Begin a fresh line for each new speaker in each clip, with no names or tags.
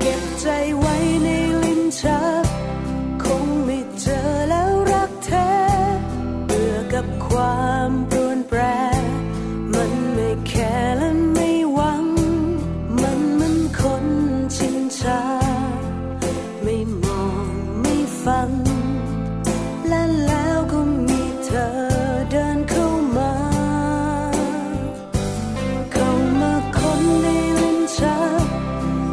เก็บใจไว้ในลิ้นชัก คงไม่เจอแล้วรักแท้เบื่อกับความปรวนแปร มันไม่แคร์และไม่หวัง มันเหมันคนชินชา ไม่มองไม่ฟัง และแล้วก็มีเธอเดินเข้ามา เข้ามาคนในลิ้นชัก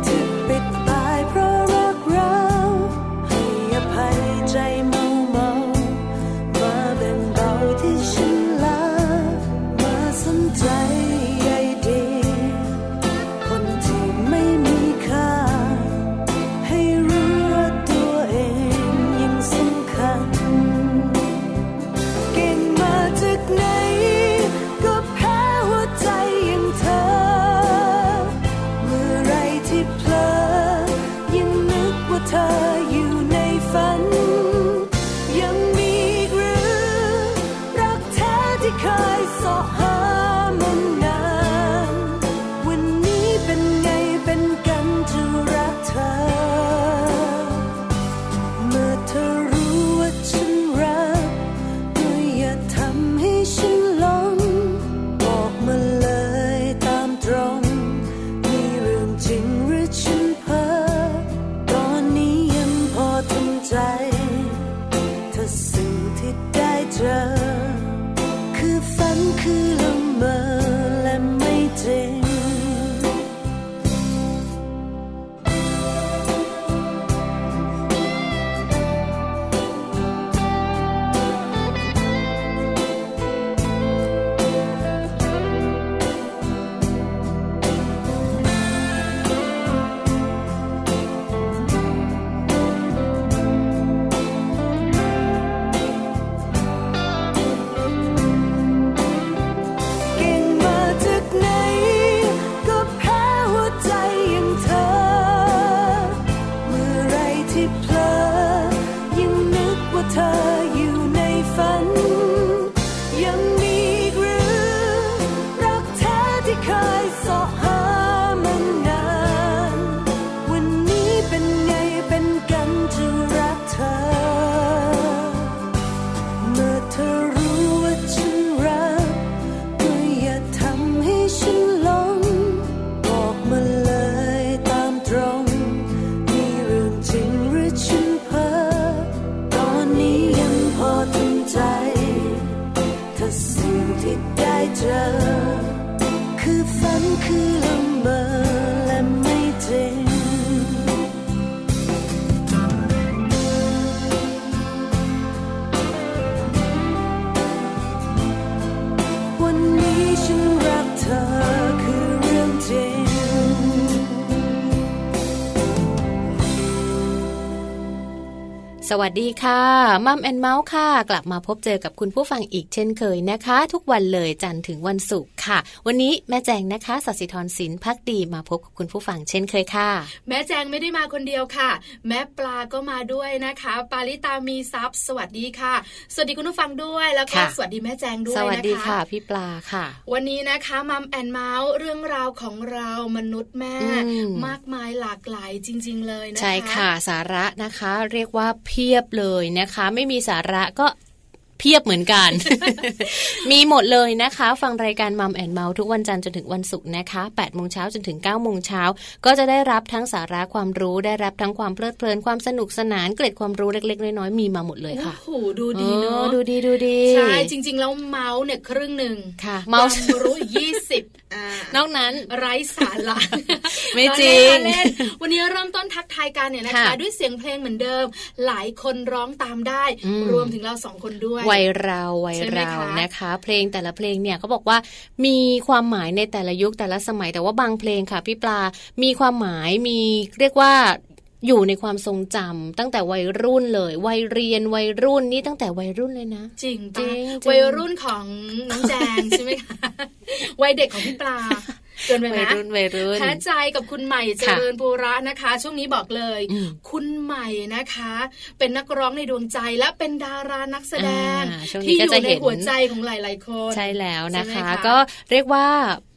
ถึงปิดตายเพราะรักเราให้อภัยใจเมาเมามาแบ่งเบาที่ฉันลามาสนใจใยดี คนที่ไม่มีค่า ให้รู้ว่าตัวเองยังสำคัญ เก่งมาจากไหน ก็แพ้หัวใจอย่างเธอ เมื่อไรที่เพลอ ยังนึกว่าเธออยู่ในฝัน ยังมีอีกหรือ รักแท้ที่เคยเสาะหามันนาน วันนี้เป็นไงเป็นกันจะรักเธอ เมื่อเธอรู้ว่าฉันรัก ก็อย่าทำให้ฉันหลงบอกมาเลยตามตรง มีเรื่องจริงหรือฉันเพ้อตอนนี้ยังพอทำใจ ถ้าสิ่งที่ได้เจอ คือฝันคือละเมอและไม่จริง เก่งมาจากไหน ก็แพ้หัวใจอย่างเธอ เมื่อไรที่เพลอ ยังนึกว่าเธออยู่ในฝัน ยังมีอีกหรือ รักแท้ที่เคยเสาะหามันนาน วันนี้เป็นไงเป็นกันจะรักเธอ เมื่อเธอรู้ว่าฉันรัก ก็อย่าทำให้ฉันหลงบอกมาเลยตามตรง มีเรื่องจริงหรือฉันเพ้อตอนนี้ยังพอทำใจ ถ้าสิ่งที่ได้เจอ คือฝันคือละเมอและไม่จริง วันนี้ฉันรักเธอคือเรื่องจริง
สวัสดีค่ะมัมแอนเมาส์ค่ะ กลับมาพบเจอกับคุณผู้ฟังอีกเช่นเคยนะคะ ทุกวันเลยจันทร์ถึงวันศุกร์ค่ะ วันนี้แม่แจงนะคะสัสิธรสินพักดีมาพบกับคุณผู้ฟังเช่นเคยค่ะ
แม่แจงไม่ได้มาคนเดียวค่ะ แม่ปลาก็มาด้วยนะคะ ปาลิตามีซัพย์ สวัสดีค่ะ สวัสดีคุณผู้ฟังด้วยแล้วก็
ค่ะ
สวัสดีแม่แจงด้วย
ส
นะคะ
วัสดีค่ะพี่ปลาค่ะ
วันนี้นะคะมัมแอนเมาส์เรื่องราวของเรามนุษย์แม่
อืม
มากมายหลากหลายจริง ๆ เลยนะคะ
ใช่ค่ะสาระนะคะ เรียกว่าเพียบเลยนะคะ ไม่มีสาระก็เพียบเหมือนกัน มีหมดเลยนะคะ ฟังรายการมัมแอนเมาทุกวันจันทร์จนถึงวันศุกร์นะคะ8โมงเช้าจนถึง9โมงเช้าก็จะได้รับทั้งสาระความรู้ได้รับทั้งความเพลิดเพลินความสนุกสนานเกร็ดความรู้เล็ก ๆ น้อยๆมีมาหมดเลย
โอ้
ค่ะ
โหดูดีเน
อ
อะ
อดูดีดูดี
ใช่จริง ๆ แล้วเมาส์เนี่ยครึ่งหนึ่ง
ค่ะเมาว
คาม
ส์
รู้ยี่สิบอ่าน
อกนั้น
ไร้สาระ
ไม่จริง
เล่นๆวันนี้เริ่มต้นทักทายกันเนี่ยนะคะ
ค่ะ
ด้วยเสียงเพลงเหมือนเดิม หลายคนร้องตามได้
อืม
รวมถึงเราสองคนด้วย
วัยเราวัย
ใช่ไหม
เรา
คะ
นะคะ เพลงแต่ละเพลงเนี่ยเขาบอกว่ามีความหมายในแต่ละยุคแต่ละสมัยแต่ว่าบางเพลงค่ะพี่ปลา มีความหมายมีเรียกว่า อยู่ในความทรงจำตั้งแต่วัยรุ่นเลย วัยเรียนวัยรุ่นนี่ตั้งแต่วัยรุ่นเลยนะ
จริง
จริ
ปะ
งๆ
วัยรุ่นของน้องแจง ใช่ไหมคะวัยเด็กของพี่ปลาเกินไปไหม
วัยรุ่นวัยรุ่น
แพ้ใจกับคุณใหม่เจ
ค่ะ
ริญปูระนะคะ ช่วงนี้บอกเลย
อืม
คุณใหม่นะคะ เป็นนักร้องในดวงใจและเป็นดารานักแสดง
อ่าช่วงนี้
ที่
ก็
อยู่
จะ
ใน
เห็น
หัวใจของหลาย ๆ คน
ใช่แล้วนะคะ
ใช่ไหม
ก็เรียกว่า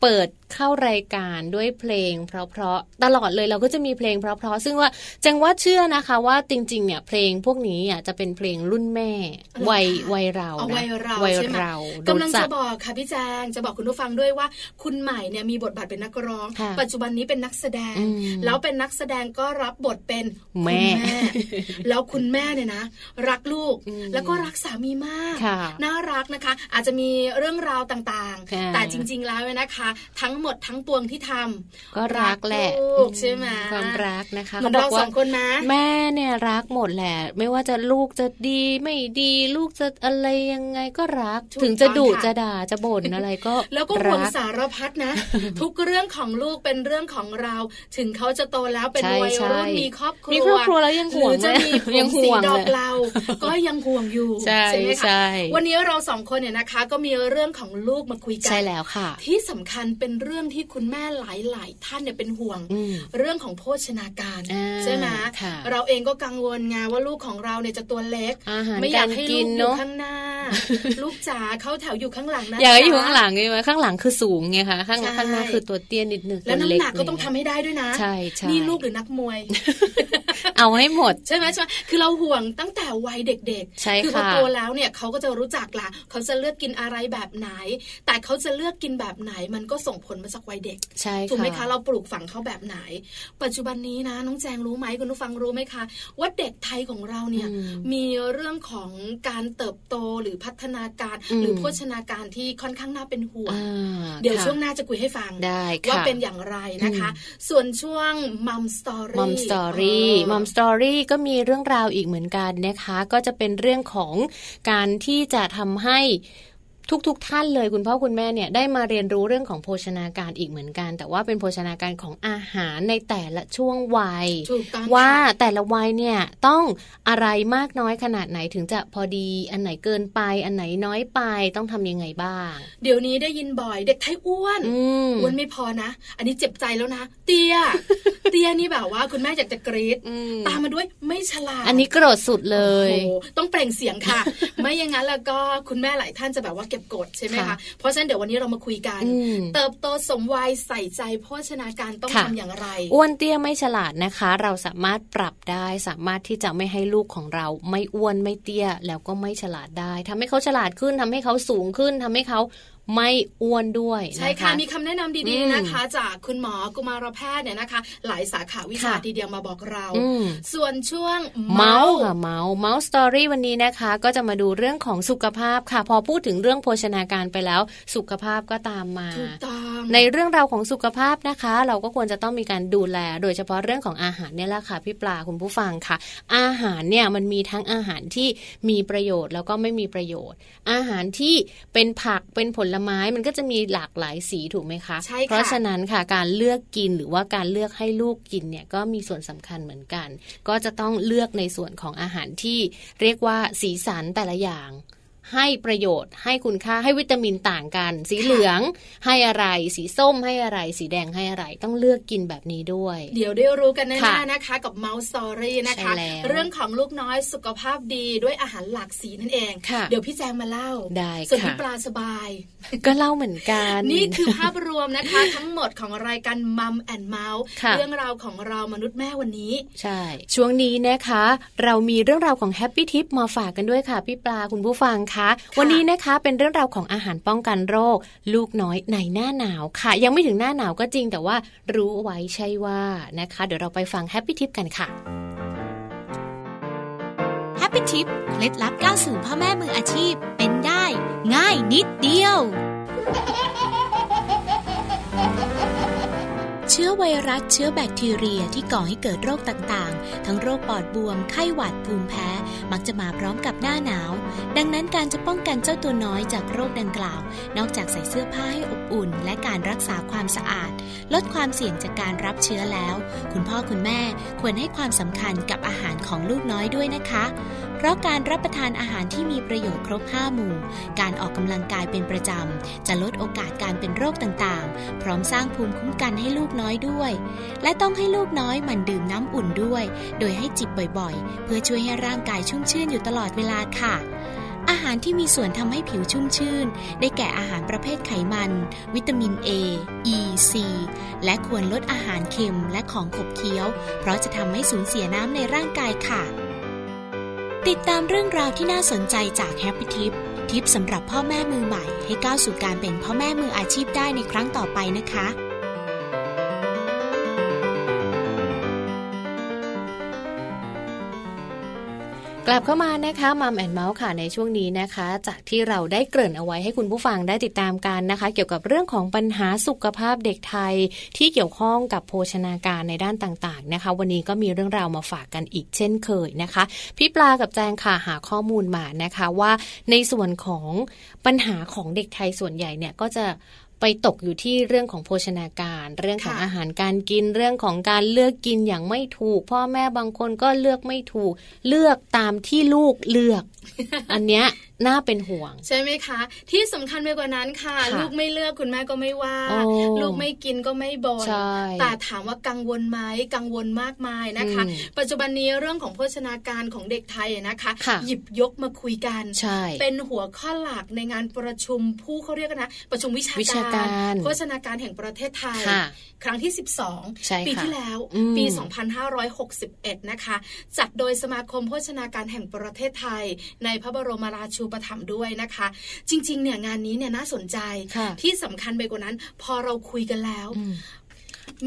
เปิดเข้ารายการด้วยเพลง เพราะๆตลอดเลยเราก็จะมีเพลงเพราะๆซึ่งว่าแจงว่าเชื่อนะคะว่าจริงๆเนี่ยเพลงพวกนี้อ่ะจะเป็นเพลงรุ่นแม่
อ๋อ
วัย
ค่ะ
วัยเรา
เอา
นะ
วัยเรา
วัย
ใช่ไหม
เรา
กำลัง
รู้จั
จะ
ก
บอกค่ะพี่แจงจะบอกคุณผู้ฟังด้วยว่า คุณใหม่เนี่ยมีบทบาทเป็นนักร้อง
ค่ะ
ปัจจุบันนี้เป็นนักแสดง
อืม
แล้วเป็นนักแสดงก็รับบทเป็นคุณ
แม่
แล้วคุณแม่เนี่ยนะ รักลูก
อืม
แล้วก็รักสามีมาก
ค่ะ
น่ารักนะคะ อาจจะมีเรื่องราวต่าง
ค่ะ
ๆ แต่จริง ๆ แล้วเนี่ยนะคะ ทั้งหมดทั้งปวงที่ทำ
ก็รักแหละ
รักลูกใช่ไหม
ความรักนะคะ
เหมือน
ข
เรา
บว่
สองคนนะ
แม่เนี่ยรักหมดแหละ ไม่ว่าจะลูกจะดีไม่ดีลูกจะอะไรยังไงก็รัก
ถูก
ถึงจะดุ
ต้องค่ะ
จะด่าจะบ่นอะไรก็
แล้วก็ห่วง
รั
สารพัดนะ ทุกเรื่องของลูกเป็นเรื่องของเรา ถึงเขาจะโตแล้วเป็น
ใช่
วัย
ใช่
รุ่นมีครอบครัว
มีครอบครัวแล้วยังห่วง
หรือจะมี
เลยยังห่วง
ผมสีดอก
เลย
เรา ก็ยังห่วงอยู่
ใช่
ไหม
ใช่
คะวันนี้เราสองคนเนี่ยนะคะ ก็มีเรื่องของลูกมาคุยกั
ใช่แล้วค่ะ
ที่สำคัญเป็นเรื่องที่คุณแม่หลาย ๆ ท่านเนี่ยเป็นห่วง
อืม
เรื่องของโภชนาการ
อ่า
ใช่ไหม
ค่ะ
เราเองก็กังวลไงว่าลูกของเราเนี่ยจะตัวเล็ก
อาหาร
ไม่อยากให้
การกิ
ลู
นเน
กอยู่
อะ
ข้างหน้า ลูกจ๋าเขาแถวอยู่ข้างหลังนะ
อยากให้
จ๊ะ
อยู่ข้างหลังใช่ไหมข้างหลังคือสูงไงคะข้าง
ใช่
ข้างหน้าคือตัวเตี้ยนิดนึง
แล้ว
ตัว
น้ำ
เ
หนักก็ต้องทำให้ได้ด้วยนะ
ใช่ใช่
นี่ลูกหรือนักมวย
เอาให้หมด
ใช่ไหมใช่ไหมคือเราห่วงตั้งแต่วัยเด็ก
ใช่
ๆ คือพอ
ค่ะ
โตแล้วเนี่ยเขาก็จะรู้จักละเขาจะเลือกกินอะไรแบบไหน แต่เขาจะเลือกกินแบบไหน มันก็ส่งผลมาจากวัยเด็ก
ใช่
ถูกไหมคะ เราปลูกฝังเขาแบบไหน ปัจจุบันนี้นะน้องแจงรู้ไหมคุณผู้ฟังรู้ไหมคะ ว่าเด็กไทยของเราเนี่ย
อืม
มีเรื่องของการเติบโตหรือพัฒนาการ
อืม
หรือโภชนาการที่ค่อนข้างน่าเป็นห่วง
อ่า
เดี๋ยว
ค่ะ
ช่วงหน้าจะคุยให้ฟัง
ได้ค่ะ
ว่าเป็นอย่างไรนะคะ ส่วนช่วงมัมสตอรี่
มัมสตอรี่
เออ
มัมสตอรี่ก็มีเรื่องราวอีกเหมือนกันนะคะ ก็จะเป็นเรื่องของการที่จะทำให้ทุกๆทท่านเลยคุณพ่อคุณแม่เนี่ยได้มาเรียนรู้เรื่องของโภชนาการอีกเหมือนกัน แต่ว่าเป็นโภชนาการของอาหารในแต่ละช่วงวัย
ถูกต้องค่ะ
ว่าแต่ละวัยเนี่ยต้องอะไรมากน้อยขนาดไหนถึงจะพอดีอันไหนเกินไปอันไหนน้อยไปต้องทำยังไงบ้าง
เดี๋ยวนี้ได้ยินบ่อยเด็กไทยอ้วน
อืม
อ้วนไม่พอนะ อันนี้เจ็บใจแล้วนะ เตี้ย เตี้ยนี่แบบว่าคุณแม่อยากจะกรีด
อืม
ตามมาด้วยไม่ฉลาด
อันนี้โกรธสุดเลย
โอ้โหต้องเปล่งเสียงค่ะ ไม่อย่างนั้นแล้วก็คุณแม่หลายท่านจะแบบว่าเก็บกดใช่ไหมคะ
ค่ะ
เพราะฉะนั้นเดี๋ยววันนี้เรามาคุยกัน
อืม
เติบโตสมวัยใส่ใจโภชนาการต้อง
ค่ะ
ทำอย่างไร
อ้วนเตี้ยไม่ฉลาดนะคะ เราสามารถปรับได้สามารถที่จะไม่ให้ลูกของเรา ไม่อ้วนไม่เตี้ยแล้วก็ไม่ฉลาดได้ทำให้เขาฉลาดขึ้นทำให้เขาสูงขึ้นทำให้เขาไม่อ้วนด้วยน
ใช่ค่ะมีคำแนะนำดี
อืม
ๆนะคะ จากคุณหมอกุมารแพทย์เนี่ยนะคะ หลายสาขาวิชา
ค่ะ
ทีเดียวมาบอกเรา
อืม
ส่วนช่วง
เมาส์ค่ะเมาส์เมาส์สตอรี่วันนี้นะคะ ก็จะมาดูเรื่องของสุขภาพค่ะ พอพูดถึงเรื่องโภชนาการไปแล้ว สุขภาพก็ตามมา
ถูกต้อง
ในเรื่องราวของสุขภาพนะคะ เราก็ควรจะต้องมีการดูแล โดยเฉพาะเรื่องของอาหารเนี่ยแหละค่ะพี่ปลาคุณผู้ฟังค่ะ อาหารเนี่ยมันมีทั้งอาหารที่มีประโยชน์แล้วก็ไม่มีประโยชน์ อาหารที่เป็นผักเป็นผลไม้มันก็จะมีหลากหลายสีถูกไหมคะ
ใช่
เพราะฉะนั้นค่ะการเลือกกินหรือว่าการเลือกให้ลูกกินเนี่ยก็มีส่วนสำคัญเหมือนกัน ก็จะต้องเลือกในส่วนของอาหารที่เรียกว่าสีสันแต่ละอย่าง ให้ประโยชน์ให้คุณค่าให้วิตามินต่างกัน สีเหลือง ให้อะไร สีส้มให้อะไร สีแดงให้อะไร ต้องเลือกกินแบบนี้ด้วย
เดี๋ยวได้รู้กันแน่
ค่ะ
ๆนะคะ กับเมาส์สตอรี่นะคะ
ใช่แล้ว
เรื่องของลูกน้อยสุขภาพดีด้วยอาหารหลากสีนั่นเอง
ค่ะ
เดี๋ยวพี่แจงมาเล่า
ได้
ส่วน
ค่ะ
พี่ปลาสบาย
ก็เล่าเหมือนกัน
นี่คือภาพรวมนะคะ ทั้งหมดของรายการมัมแอนเมาส์
ค่ะ
เรื่องราวของเรามนุษย์แม่วันนี้
ใช่ ช่วงนี้นะคะ เรามีเรื่องราวของแฮปปี้ทิปมาฝากกันด้วยค่ะ พี่ปลาคุณผู้ฟังคะ
ะ
วันนี้นะคะเป็นเรื่องราวของอาหารป้องกันโรค ลูกน้อยในหน้าหนาวค่ะ ยังไม่ถึงหน้าหนาวก็จริง แต่ว่ารู้ไว้ใช่ว่านะคะ เดี๋ยวเราไปฟังแฮปปี้ทิปกันค่ะ
แฮปปี้ทิปเคล็ดลับก้าวสู่พ่อแม่มืออาชีพเป็นได้ ง่ายนิดเดียว เชื้อไวรัสเชื้อแบคทีเรียที่ก่อให้เกิดโรคต่างๆ ทั้งโรคปอดบวม ไข้หวัดภูมิแพ้ มักจะมาพร้อมกับหน้าหนาว ดังนั้นการจะป้องกันเจ้าตัวน้อยจากโรคดังกล่าว นอกจากใส่เสื้อผ้าให้อบอุ่น และการรักษาความสะอาด ลดความเสี่ยงจากการรับเชื้อแล้ว คุณพ่อคุณแม่ควรให้ความสำคัญกับอาหารของลูกน้อยด้วยนะคะ เพราะการรับประทานอาหารที่มีประโยชน์ครบ 5 หมู่ การออกกำลังกายเป็นประจำ จะลดโอกาสการเป็นโรคต่างๆ พร้อมสร้างภูมิคุ้มกันให้ลูกน้อยด้วย และต้องให้ลูกน้อยหมันดื่มน้ำอุ่นด้วย โดยให้จิบบ่อยๆ เพื่อช่วยให้ร่างกายชุ่มชื่นอยู่ตลอดเวลาค่ะ อาหารที่มีส่วนทำให้ผิวชุ่มชื่น ได้แก่อาหารประเภทไขมัน วิตามิน A E C และควรลดอาหารเค็มและของขบเคี้ยว เพราะจะทำให้สูญเสียน้ำในร่างกายค่ะ ติดตามเรื่องราวที่น่าสนใจจาก Happy Tip ทิปสำหรับพ่อแม่มือใหม่ ให้ก้าวสู่การเป็นพ่อแม่มืออาชีพได้ในครั้งต่อไปนะคะ
กลับเข้ามานะคะมัมแอนเมาส์ค่ะในช่วงนี้นะคะ จากที่เราได้เกริ่นเอาไว้ให้คุณผู้ฟังได้ติดตามกันนะคะ เกี่ยวกับเรื่องของปัญหาสุขภาพเด็กไทย ที่เกี่ยวข้องกับโภชนาการในด้านต่างๆนะคะ วันนี้ก็มีเรื่องราวมาฝากกันอีกเช่นเคยนะคะ พี่ปลากับแจงค่ะหาข้อมูลมานะคะว่าในส่วนของปัญหาของเด็กไทยส่วนใหญ่เนี่ยก็จะไปตกอยู่ที่เรื่องของโภชนาการ เรื่องของ
ค่ะ
อาหารการกินเรื่องของการเลือกกินอย่างไม่ถูก พ่อแม่บางคนก็เลือกไม่ถูก เลือกตามที่ลูกเลือก อันเนี้ยน่าเป็นห่วง
ใช่ไหมคะ ที่สำคัญไปกว่านั้นค่ะ
ค่ะ
ลูกไม่เลือกคุณแม่ก็ไม่ว่า
โอ้
ลูกไม่กินก็ไม่บ่น
ใช่
แต่ถามว่ากังวลไหมกังวลมากมายนะคะ
อืม
ปัจจุบันนี้เรื่องของโภชนาการของเด็กไทยอะนะคะ
ค่ะ
หยิบยกมาคุยกัน
ใช่
เป็นหัวข้อหลักในงานประชุมผู้เขาเรียกกันนะ ประชุมวิชา
วิชาการ
โภชนาการแห่งประเทศไทย
ค่ะ
ครั้งที่
ใช่
12 ปี
ค่ะ
ที่แล้ว
อืม
ปี 2561 นะคะ จัดโดยสมาคมโภชนาการแห่งประเทศไทย ในพระบรมราชูปถัมภ์ด้วยนะคะ จริง ๆ เนี่ยงานนี้เนี่ยน่าสนใจ
ค่ะ
ที่สำคัญไปกว่านั้น พอเราคุยกันแล้ว
อืม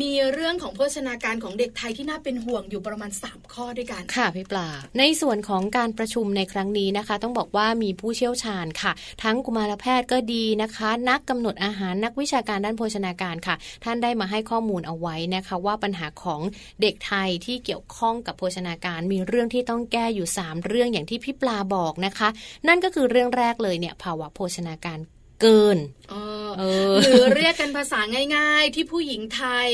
มีเรื่องของโภชนาการของเด็กไทยที่น่าเป็นห่วงอยู่ประมาณ 3 ข้อด้วยกัน
ค่ะพี่ปลา ในส่วนของการประชุมในครั้งนี้นะคะ ต้องบอกว่ามีผู้เชี่ยวชาญค่ะ ทั้งกุมารแพทย์ก็ดีนะคะ นักกำหนดอาหารนักวิชาการด้านโภชนาการค่ะ ท่านได้มาให้ข้อมูลเอาไว้นะคะ ว่าปัญหาของเด็กไทยที่เกี่ยวข้องกับโภชนาการ มีเรื่องที่ต้องแก้อยู่ 3 เรื่องอย่างที่พี่ปลาบอกนะคะ นั่นก็คือเรื่องแรกเลยเนี่ยภาวะโภชนาการเกิน
เออ
เออ
หรือเรียกกันภาษาง่าย ๆ ที่ผู้หญิงไทย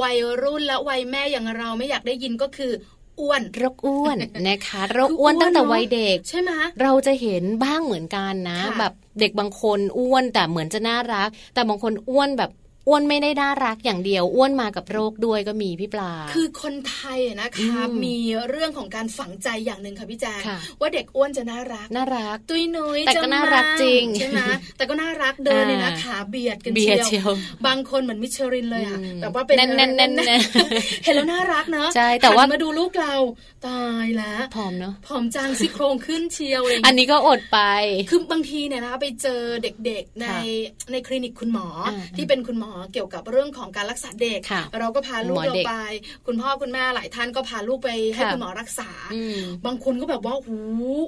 วัยรุ่นและวัยแม่อย่างเราไม่อยากได้ยินก็คืออ้วน
โรคอ้วนนะคะโรค
คืออ้
อ้ว
วน น
ตั้งแต่
เนอะ
วัยเด็ก
ใช่ไหม
เราจะเห็นบ้างเหมือนกันนะ
ค่ะ
แบบเด็กบางคนอ้วนแต่เหมือนจะน่ารัก แต่บางคนอ้วนแบบอ้วนไม่ได้น่ารักอย่างเดียว อ้วนมากับโรคด้วยก็มีพี่ปลา
คือคนไทยอะนะคะ
อืม
มีเรื่องของการฝังใจอย่างหนึ่งค่ะพี่แจง
ค่ะ
ว่าเด็กอ้วนจะน่ารัก
น่ารัก
ตุ้ยนุ้ย
แต่ก็
จะ
น่ารักจริง
ใช่ไหมแต่ก็น่ารักเดิน
อ่า
เนี่ยนะขาเบียดกัน
เบีย
เชี
ร์
ยว
เชียว
บางคนเหมือนมิชลินเลยอะ
อืม
แบบว่าเป็น
แน่นๆ
เออ
แน่นๆ
เห็นแล้วน่ารักเนอะ
ใช่แต่ว่า
หันมาดูลูกเราตายแล้ว
ผอมเนาะ
ผอมจังซี่โครงขึ้นเชียวอะไรอย่าง
อั
เงี้
น
ย
นี้ก็อดไป
คือบางทีเนี่ยนะคะไปเจอเด็กๆใน
ค่ะ
ในคลินิกคุณหมออา ที่เป็นคุณหมอเกี่ยวกับเรื่องของการรักษาเด็ก
ค่ะ
เราก็พาลูก
หมอ
เรา
เด็ก
ไป คุณพ่อคุณแม่หลายท่านก็พาลูกไปให้
ค่ะ
คุณหมอรักษา
อืม
บางคนก็แบบว่าหู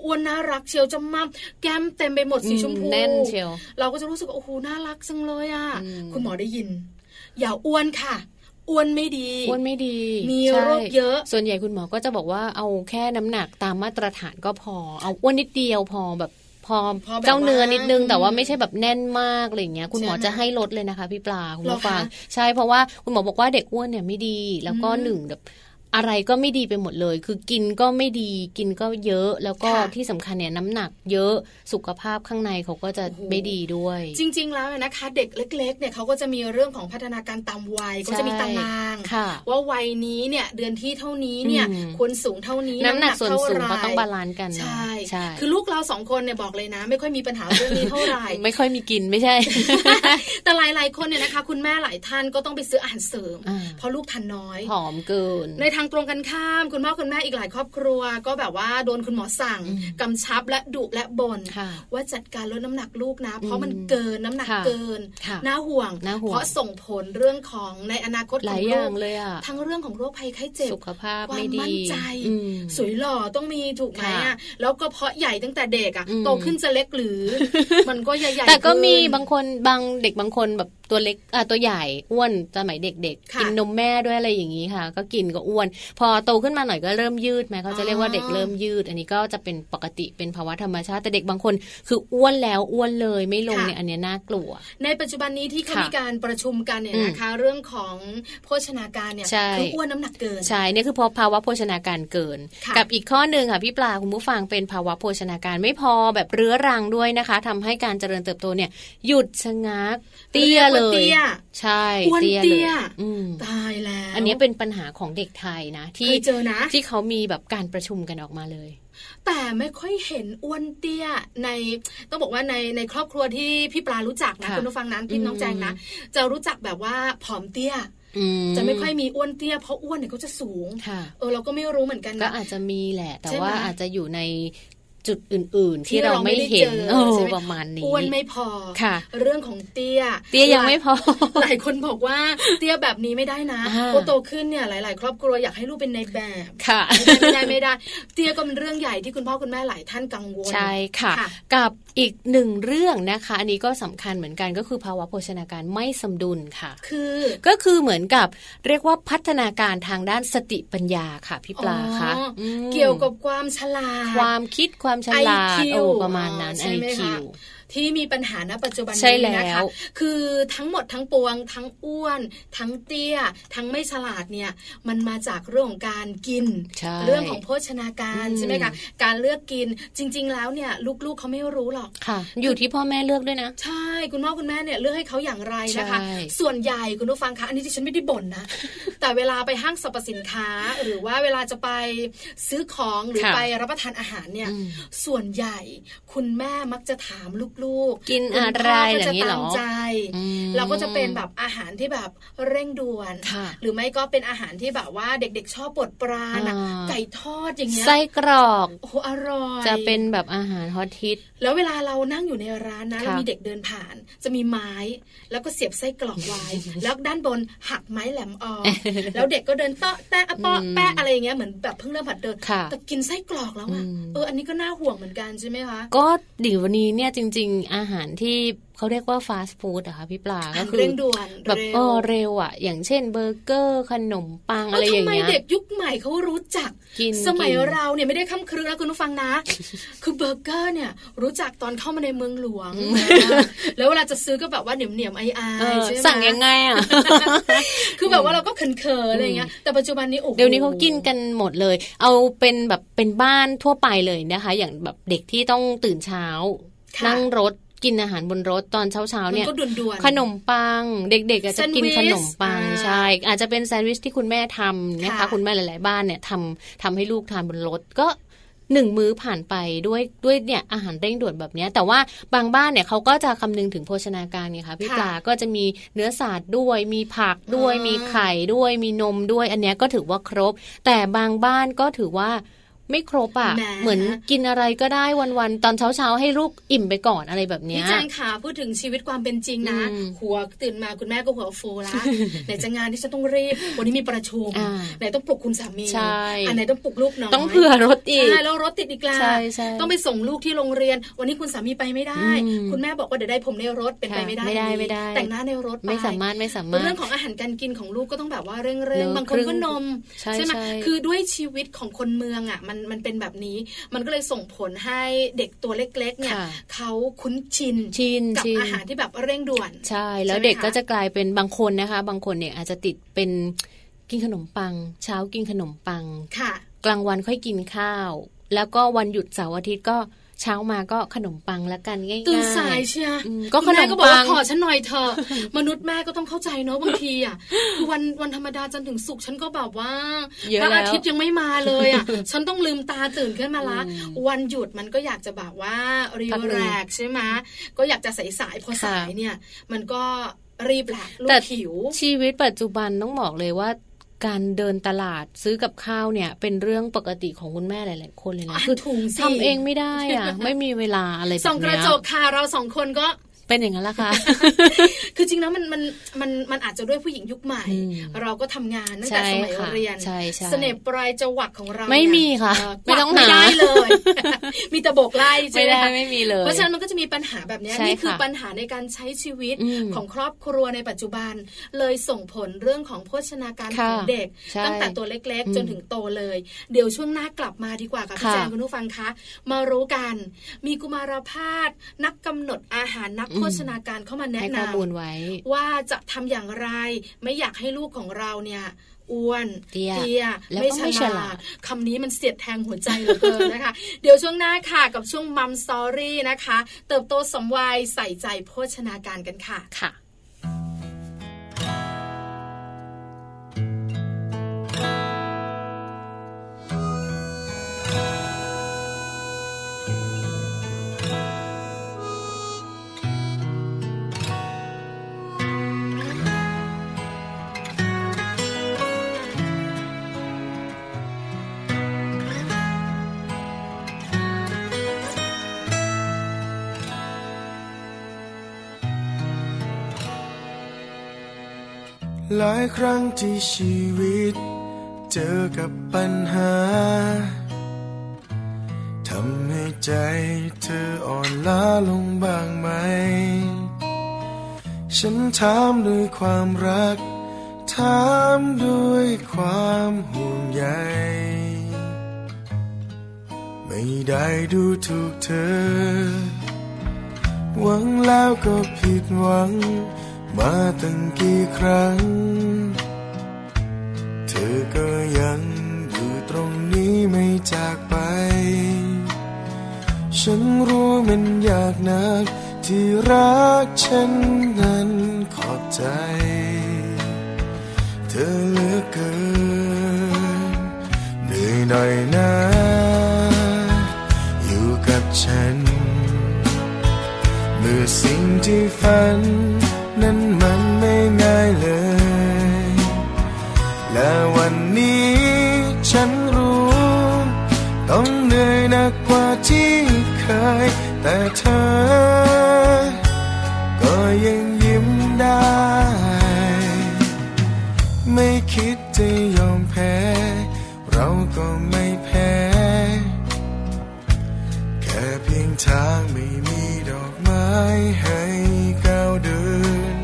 อ้วนน่ารักเชียวจำมั่มแก้มเต็มไปหมดสีชมพู
แน่นเชียว
เราก็จะรู้สึกว่าโอ้โหน่ารักจังเลยอ่ะ
อืม
คุณหมอได้ยิน อย่าอ้วนค่ะ อ้วนไม่ดี
อ้วนไม่ดี
มี
ใช่
โรคเยอะ
ส่วนใหญ่คุณหมอก็จะบอกว่าเอาแค่น้ำหนักตามมาตรฐานก็พอ เอาอ้วนนิดเดียวพอแบบพอ
พอแบบ
เจ้าเนื้อนิดนึง
ว่า
แต่ว่าไม่ใช่แบบแน่นมากอะไรอย่างเงี้ย คุณหมอ
ใช่ไหม
จะให้ลดเลยนะคะพี่ปลาคุณผู้
เหรอคะ
ฟังใช่เพราะว่าคุณหมอบอกว่าเด็กอ้วนเนี่ยไม่ดี แล้วก็
อืม
หนึ่งแบบอะไรก็ไม่ดีไปหมดเลย คือกินก็ไม่ดี กินก็เยอะแล้วก็
ค่ะ
ที่สำคัญเนี่ยน้ำหนักเยอะสุขภาพข้างในเขาก็จะ
โอ้โห
ไม่ดีด้วย
จริง ๆ แล้วเนี่ยนะคะ เด็กเล็ก ๆ เนี่ยเขาก็จะมีเรื่องของพัฒนาการตามวัยก็จะมีตาราง
ค่ะ
ว่าวัยนี้เนี่ยเดือนที่เท่านี้เนี่ย
อืม
ควรสูงเท่านี้
น้ำหนักส่วน
เท่า
สูง
ไหร่
ก็ต้องบาลานซ์กันนะ
ใช่
ใช่
คือลูกเราสองคนเนี่ยบอกเลยนะ ไม่ค่อยมีปัญหาเรื่องนี้เท่าไหร่
ไม่ค่อยมีกินไม่ใช่
แต่หลายๆคนเนี่ยนะคะ คุณแม่หลายท่านก็ต้องไปซื้ออาหารเสริม
อ่า
เพราะลูกทานน้อย
ผอมเกิน
ในทางตรงกันข้าม คุณพ่อคุณแม่อีกหลายครอบครัว ก็แบบว่าโดนคุณหมอสั่ง
อืม
กำชับและดุและบ่น
ค่ะ
ว่าจัดการลดน้ำหนักลูกนะ เพ
อื
ราะ
ม
มันเกินน้ำหนัก
ค่ะ
เกิน
ค่ะ
น่าห่วง
น่าห่วง
เพราะส่งผลเรื่องของในอนาคต
ห
ข
ลา
อย ง
อ
ลู
ย่าง
ก
เลยอ่ะ
ทั้งเรื่องของโรคภัยไข้เจ็บ
สุขภาพ
ความ
ไม่ดี
มั่นใจ
อืม
สวยหล่อต้องมีถูกไหม
ค่ะ
อ่ะแล้วก็เพาะใหญ่ตั้งแต่เด็กอ่ะ
อืม
โตขึ้นจะเล็กหรือ มันก็ใหญ่ๆ
แต่ก็มี
ขึ้น
บางคนบางเด็กบางคนแบบ ตัวเล็กอ่ะตัวใหญ่อ้วนสมัยเด็กๆ
ค่ะ
กินนมแม่ด้วยอะไรอย่างนี้ค่ะ ก็กินก็อ้วน พอโตขึ้นมาหน่อยก็เริ่มยืดไหมเขาจะเรียกว่าเด็ก
อ๋อ
เริ่มยืด อันนี้ก็จะเป็นปกติเป็นภาวะธรรมชาติแต่เด็กบางคน คืออ้วนแล้วอ้วนเลยไม่ลงเนี่ยอันเนี้ยน่ากลัว
ในปัจจุบันนี้ที่เขา
ค่ะ
มีการประชุมกันเนี่ย
อืม
นะคะ เรื่องของโภชนาการเนี่ย
ใช่
คืออ้วนน้ำหนักเกิน
ใช่เนี่ยคือพอภาวะโภชนาการเกิน
ค่ะ
กับอีกข้อหนึ่งค่ะพี่ปลาคุณผู้ฟังเป็นภาวะโภชนาการไม่พอแบบเรื้อรังด้วยนะคะทำให้การเจริญเติบโตเนี่ย หยุดชะงักเตี้ยเล
เรียกว่าเตี้
ย
ย
ใช่
อ้วนเตี้ย
อืม
ตายแล้ว
อันเนี้ยเป็นปัญหาของเด็กไทยนะ
เค
ที่
ยเจอนะ
ที่เขามีแบบการประชุมกันออกมาเลย
แต่ไม่ค่อยเห็นอ้วนเตี้ยในต้องบอกว่าในในครอบครัวที่พี่ปลารู้จักนะ
ค่ะ
คุณผู้ฟังนั้นพี่น้อง
อืม
แจงนะจะรู้จักแบบว่าผอมเตี้ย
อื
จะไม่ค่อยมีอ้วนเตี้ยเพราะอ้วนเนี่ยเขาจะสูง
ค่ะ
เออเราก็ไม่รู้เหมือนกัน
ก็
นะ
อาจจะมีแหละ แต่
ใช่ไหม
ว่าอาจจะอยู่ในจุดอื่น ๆ ที่เราไม่
ด้
เห็น
จ
โอ้
ใช่ไหม
ประมาณนี้
อ้วนไม่พอ
ค่ะ
เรื่องของเตี้ย
เตี้ยยังไม่พอ
หลาย คนบอกว่าเตี้ยแบบนี้ไม่ได้นะ
อ่า
พอโตขึ้นเนี่ยหลาย ๆ ครอบครัวอยากให้ลูกเป็นในายแบบ
ค่ะ
ไม่ได้ไม่ได้ เตี้ยก็เป็นเรื่องใหญ่ที่คุณพ่อคุณแม่หลายท่านกังวล
ใช่ค่ะ
ค่ะ
กับอีกหนึ่งเรื่องนะคะ อันนี้ก็สำคัญเหมือนกันก็คือภาวะโภชนาการไม่สมดุลค่ะ
คือ
ก็คือเหมือนกับเรียกว่าพัฒนาการทางด้านสติปัญญาค่ะพี่ปลาคะ
อ๋ออ
ม
เกี่ยวกับความฉลาด
ความคิดความฉลาด
IQ
โอ้ประมาณนั้น
ใช่ไหม
IQ
คะ ที่มีปัญหาณปัจจุบัน
ใช่
นี้
แล้
นะคะ
ว
คือทั้งหมดทั้งปวง ทั้งอ้วน ทั้งเตี้ย ทั้งไม่ฉลาดเนี่ย มันมาจากเรื่องของการกิน
ใช่
เรื่องของโภชนาการ
อืม
ใช่ไหมคะ การเลือกกินจริง ๆ แล้วเนี่ย ลูกๆเขาไม่รู้หรอก
ค่ะ อยู่ที่พ่อแม่เลือกด้วยนะ
ใช่คุณพ่อคุณแม่เนี่ยเลือกให้เขาอย่างไรนะคะ
ใช่
ส่วนใหญ่คุณผู้ฟังคะอันนี้ที่ฉันไม่ได้บ่นนะ แต่เวลาไปห้างสรรพสินค้า หรือว่าเวลาจะไปซื้อของหรือ
ค่ะ
ไปรับประทานอาหารเนี่ย
อืม
ส่วนใหญ่คุณแม่มักจะถามลูกๆ
กินอะไร
คุณพ่ก็
อย่างนี้
จะ
เหร
ตา
อ
มใจ
อืม
เราก็จะเป็นแบบอาหารที่แบบเร่งด่วน
ค่ะ
หรือไม่ก็เป็นอาหารที่แบบว่าเด็กๆ ชอบปวดปรานอะ
อ่า
ไก่ทอดอย่างเงี้ย
ไส้กรอก
โอ้โหอร่อย
จะเป็นแบบอาหารฮอตฮิต
แล้วเวลาเรานั่งอยู่ในร้านนะ
ค่ะ
เรามีเด็กเดินผ่าน จะมีไม้ แล้วก็เสียบไส้กรอก ไว้ แล้วด้านบนหักไม้แหลมออก แล้วเด็กก็เดินเตาะแตะอะเปาะแปะอะไรอย่างเงี้ยเหมือนแบบเพิ่งเริ่มหัดเดิน
ค่ะ
แต่กินไส้กรอกแล้วอะ
อืม
เอออันนี้ก็น่าห่วงเหมือนกันใช่ไหมคะ
ก็ดิวันนี้เนี่ยจริง ๆ อาหารที่เขาเรียกว่าฟาสต์ฟู้ดอะค่ะพี่ปลาก็คื
เร่งด่วน
แบบ
เร็ว
เออเร็วอะอย่างเช่นเบอร์เกอร์ ขนมปังอะไร
แล้
อ
วทำ
ย่าง
ไม
เงี้ย
เด็กยุคใหม่เขารู้จัก
กิน
สมัย
กิน
เราเนี่ยไม่ได้ค้ำครึ้งแล้วคุณผู้ฟัง นะ คือเบอร์เกอร์เนี่ย รู้จักตอนเข้ามาในเมืองหลวง แล้วเวลาจะซื้อก็แบบว่าเหนียมเหนียมๆอายอ
เออ
ใช่ไหม
สั่งยังไงอะ
คือแบบว่าเราก็เขินเขินๆอะไรอย่างเงี้ยแต่ปัจจุบันนี้โอ้โห
เดี๋ยวนี้เขากินกันหมดเลย เอาเป็นแบบเป็นบ้านทั่วไปเลยนะคะ อย่างแบบเด็กที่ต้องตื่นเช้า
ค่ะ
นั่งรถกินอาหารบนรถตอนเช้าเช้าๆ
มั
เนี่ย
นก็ด่วน
ขนมปัง เด็กๆอาจจะกิน
แซ
ข
นด์วิช
นมปัง
อ่า
ใช่ อาจจะเป็นแซนด์วิชที่คุณแม่ทำนะคะ
ค่ะ
คุณแม่หลายๆบ้านเนี่ยทำทำให้ลูกทานบนรถก็หนึ่งมื้อผ่านไปด้วยด้วยเนี่ยอาหารเร่งด่วนแบบเนี้ยแต่ว่าบางบ้านเนี่ยเขาก็จะคำนึงถึงโภชนาการไงคะพี่
ค่ะ
ปลาก็จะมีเนื้อสัตว์ด้วย มีผักด้วย
อ่ามี
มีไข่ด้วย มีนมด้วย อันเนี้ยก็ถือว่าครบ แต่บางบ้านก็ถือว่าไม่ครบอ่ะ
แหม
เหมือนกินอะไรก็ได้วันๆตอนเช้าๆให้ลูกอิ่มไปก่อนอะไรแบบเนี้
พี่
ย
แจงค่ะพูดถึงชีวิตความเป็นจริงนะ
อืม
หัวตื่นมาคุณแม่ก็หัวฟู ละ ไหนจะงานที่ฉันต้องรีบ วันนี้มีประชุม
อ่า
ไหนต้องปลุกคุณสามี
ใช่
อันไหนต้องปลุกลูกน้อย
ต้องเผื่อรถอีก
ใช่แล้วรถติดอีกแล้ว
ใช่ใช่
ต้องไปส่งลูกที่โรงเรียน วันนี้คุณสามีไปไม่ได้
อืม
คุณแม่บอกว่าเดี๋ยวได้ผมในรถเป็นไปไม่ได้
ค่ะไม่ได้
อันนี้
ไม่ได้
แต่งหน้าในรถป
ไม่สามารถไม่สามารถ
เรื่องของอาหารการกินของลูกก็ต้องแบบว่าเร่ง
เน
เร่ง
อะ
บางคนก็นม
ใช่
ไหม
ใช่
คือด้วยชีวิตของคนเมืองอ่ะมันมันเป็นแบบนี้ มันก็เลยส่งผลให้เด็กตัวเล็ก ๆ เนี่ย
ค่ะ
เขาคุ้นชิน
ชิน
กับ
ชิน
อาหารที่แบบเร่งด่วน
ใช่แล้ว
ใช่ไหม
เด็กก็
คะ
จะกลายเป็นบางคนนะคะ บางคนเนี่ยอาจจะติดเป็นกินขนมปัง เช้ากินขนมปัง
ค่ะ
กลางวันค่อยกินข้าว แล้วก็วันหยุดเสาร์อาทิตย์ก็เช้ามาก็ขนมปังละกันง่ายๆ
ตื่นสายเชียร์
อืมก็
คุณแม่
ขนมปัง
ก็บอกว่าขอฉันหน่อยเถอะ มนุษย์แม่ก็ต้องเข้าใจเนอะบางทีอ่ะคือวันวันธรรมดาจนถึงศุกร์ฉันก็แบบว่า
เยอะ
พระอา
แล้ว
ทิตย์ยังไม่มาเลยอ่ะ ฉันต้องลืมตาตื่นขึ้นมาละ
อืม
วันหยุดมันก็อยากจะแบบว่ารี
พักหนึ่ง
แลกซ์ใช่ไหมก็อยากจะสายๆพอ
ค่ะ
สายเนี่ย มันก็รีบแหละลู
แต่
กหิว
ชีวิตปัจจุบันต้องบอกเลยว่า การเดินตลาดซื้อกับข้าวเนี่ย เป็นเรื่องปกติของคุณแม่หลาย ๆ คนเลยนะ
อ่ะ
คื
ถูกสิ
ทำเองไม่ได้อะไม่มีเวลาอะไรแบบเนี้ย
ส่องกระจกค่ะเราสองคนก็
เป็นอย่างนั้นละค่ะ
คือจริงแล้วมันมันมันมันอาจจะด้วยผู้หญิงยุคใหม่
อืม
เราก็ทำงานตั้งแต่
ใช่
สมัย
ค่ะ
เรียน
ใช่ใช่
เสน่ห์ปลายจวักของเรา
ไม่
เนี่ย
มีค่ะ
เ
ไม่ต้อง
กวัก
หา
ได้เลย มีแต่โบกไล่ใช่
ไม่ได้
ไหมคะ
ไม่มีเลย
เพราะฉะนั้นมันก็จะมีปัญหาแบบเนี้ย
ใช่
นี่คือ
ค่ะ
ปัญหาในการใช้ชีวิต
อืม
ของครอบครัวในปัจจุบัน เลยส่งผลเรื่องของโภชนาการของ
ค่ะ
เด็ก
ใช่
ตั้งแต่ตัวเล็ก
อืม
ๆ จนถึงโตเลย เดี๋ยวช่วงหน้ากลับมาดีกว่าค่ะพี่
ค่ะ
แจงคุณผู้ฟังคะมารู้กัน มีกุมารแพทย์นักกำหนดอาหารนักโภชนาการเข้ามาแนะ
ให้
นำ
ข้อมูลไว้
ว่าจะทำอย่างไรไม่อยากให้ลูกของเราเนี่ยอ้วน
เตี้ยแล้วก็
ไม่ฉ
ไม่ฉ
ลา
ลา
ด
ด
คำนี้มันเสียดแทงหัวใจเหลือเกิน นะคะ เดี๋ยวช่วงหน้าค่ะกับช่วงมัมสตอรี่นะคะ เติบโตสมวัยใส่ใจโภชนาการกันค่ะ
ค่ะ
หลายครั้งที่ชีวิต เจอกับปัญหาทำให้ใจเธออ่อนล้าลงบ้างไหม ฉันถามด้วยความรัก ถามด้วยความห่วงใยไม่ได้ดูถูกเธอ หวังแล้วก็ผิดหวัง มาตั้งกี่ครั้ง เธอก็ยังอยู่ตรงนี้ไม่จากไป ฉันรู้มันยากนัก ที่รักฉันนั้นขอบใจ เธอเหลือเกินเหนื่อยหน่อยนะ อยู่กับฉัน เมื่อสิ่งที่ฝัน นั้นมันไม่ง่ายเลย และวันนี้ฉันรู้ ต้องเหนื่อยหนักกว่าที่เคย แต่เธอ ก็ยังยิ้มได้ ไม่คิดจะยอมแพ้ เราก็ไม่แพ้ แค่เพียงทางไม่มีดอกไม้ให้ก้าวเดิน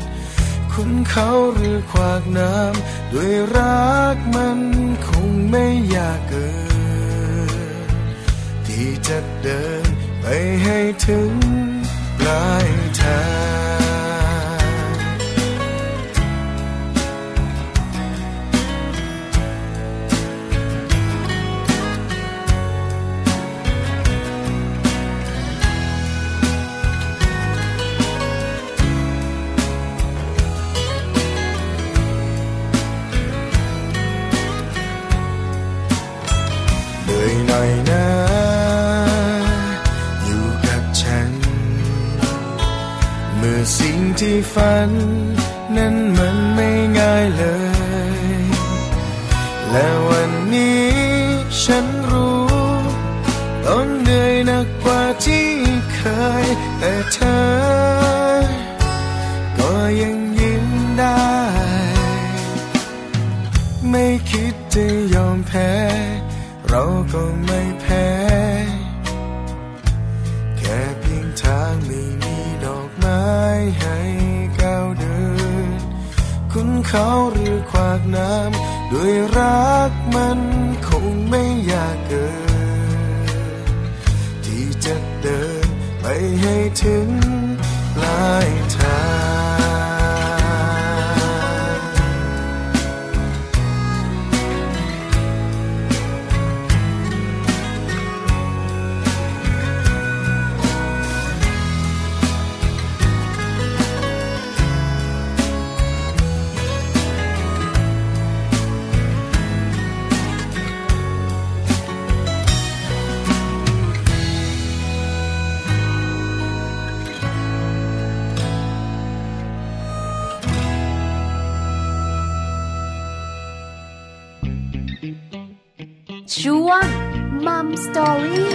คุณเขาหรือขวากน้ำด้วยรักมันคงไม่ยากเกิน ที่จะเดินไปให้ถึงปลายทาง เหนื่อยหน่อยนะ อยู่กับฉัน เมื่อสิ่งที่ฝัน นั้นมันไม่ง่ายเลย และวันนี้ฉันรู้ต้องเหนื่อยหนักกว่าที่เคย แต่เธอ ก็ยังยิ้มได้ ไม่คิดจะยอมแพ้ เราก็ไม่แพ้ แค่เพียงทางไม่มีดอกไม้ให้ก้าวเดิน คุณเขาหรือขวากน้ำด้วยรักมันคงไม่ยากเกิน ที่จะเดินไปให้ถึงปลายทาง
ช่วงมัมสตอรี่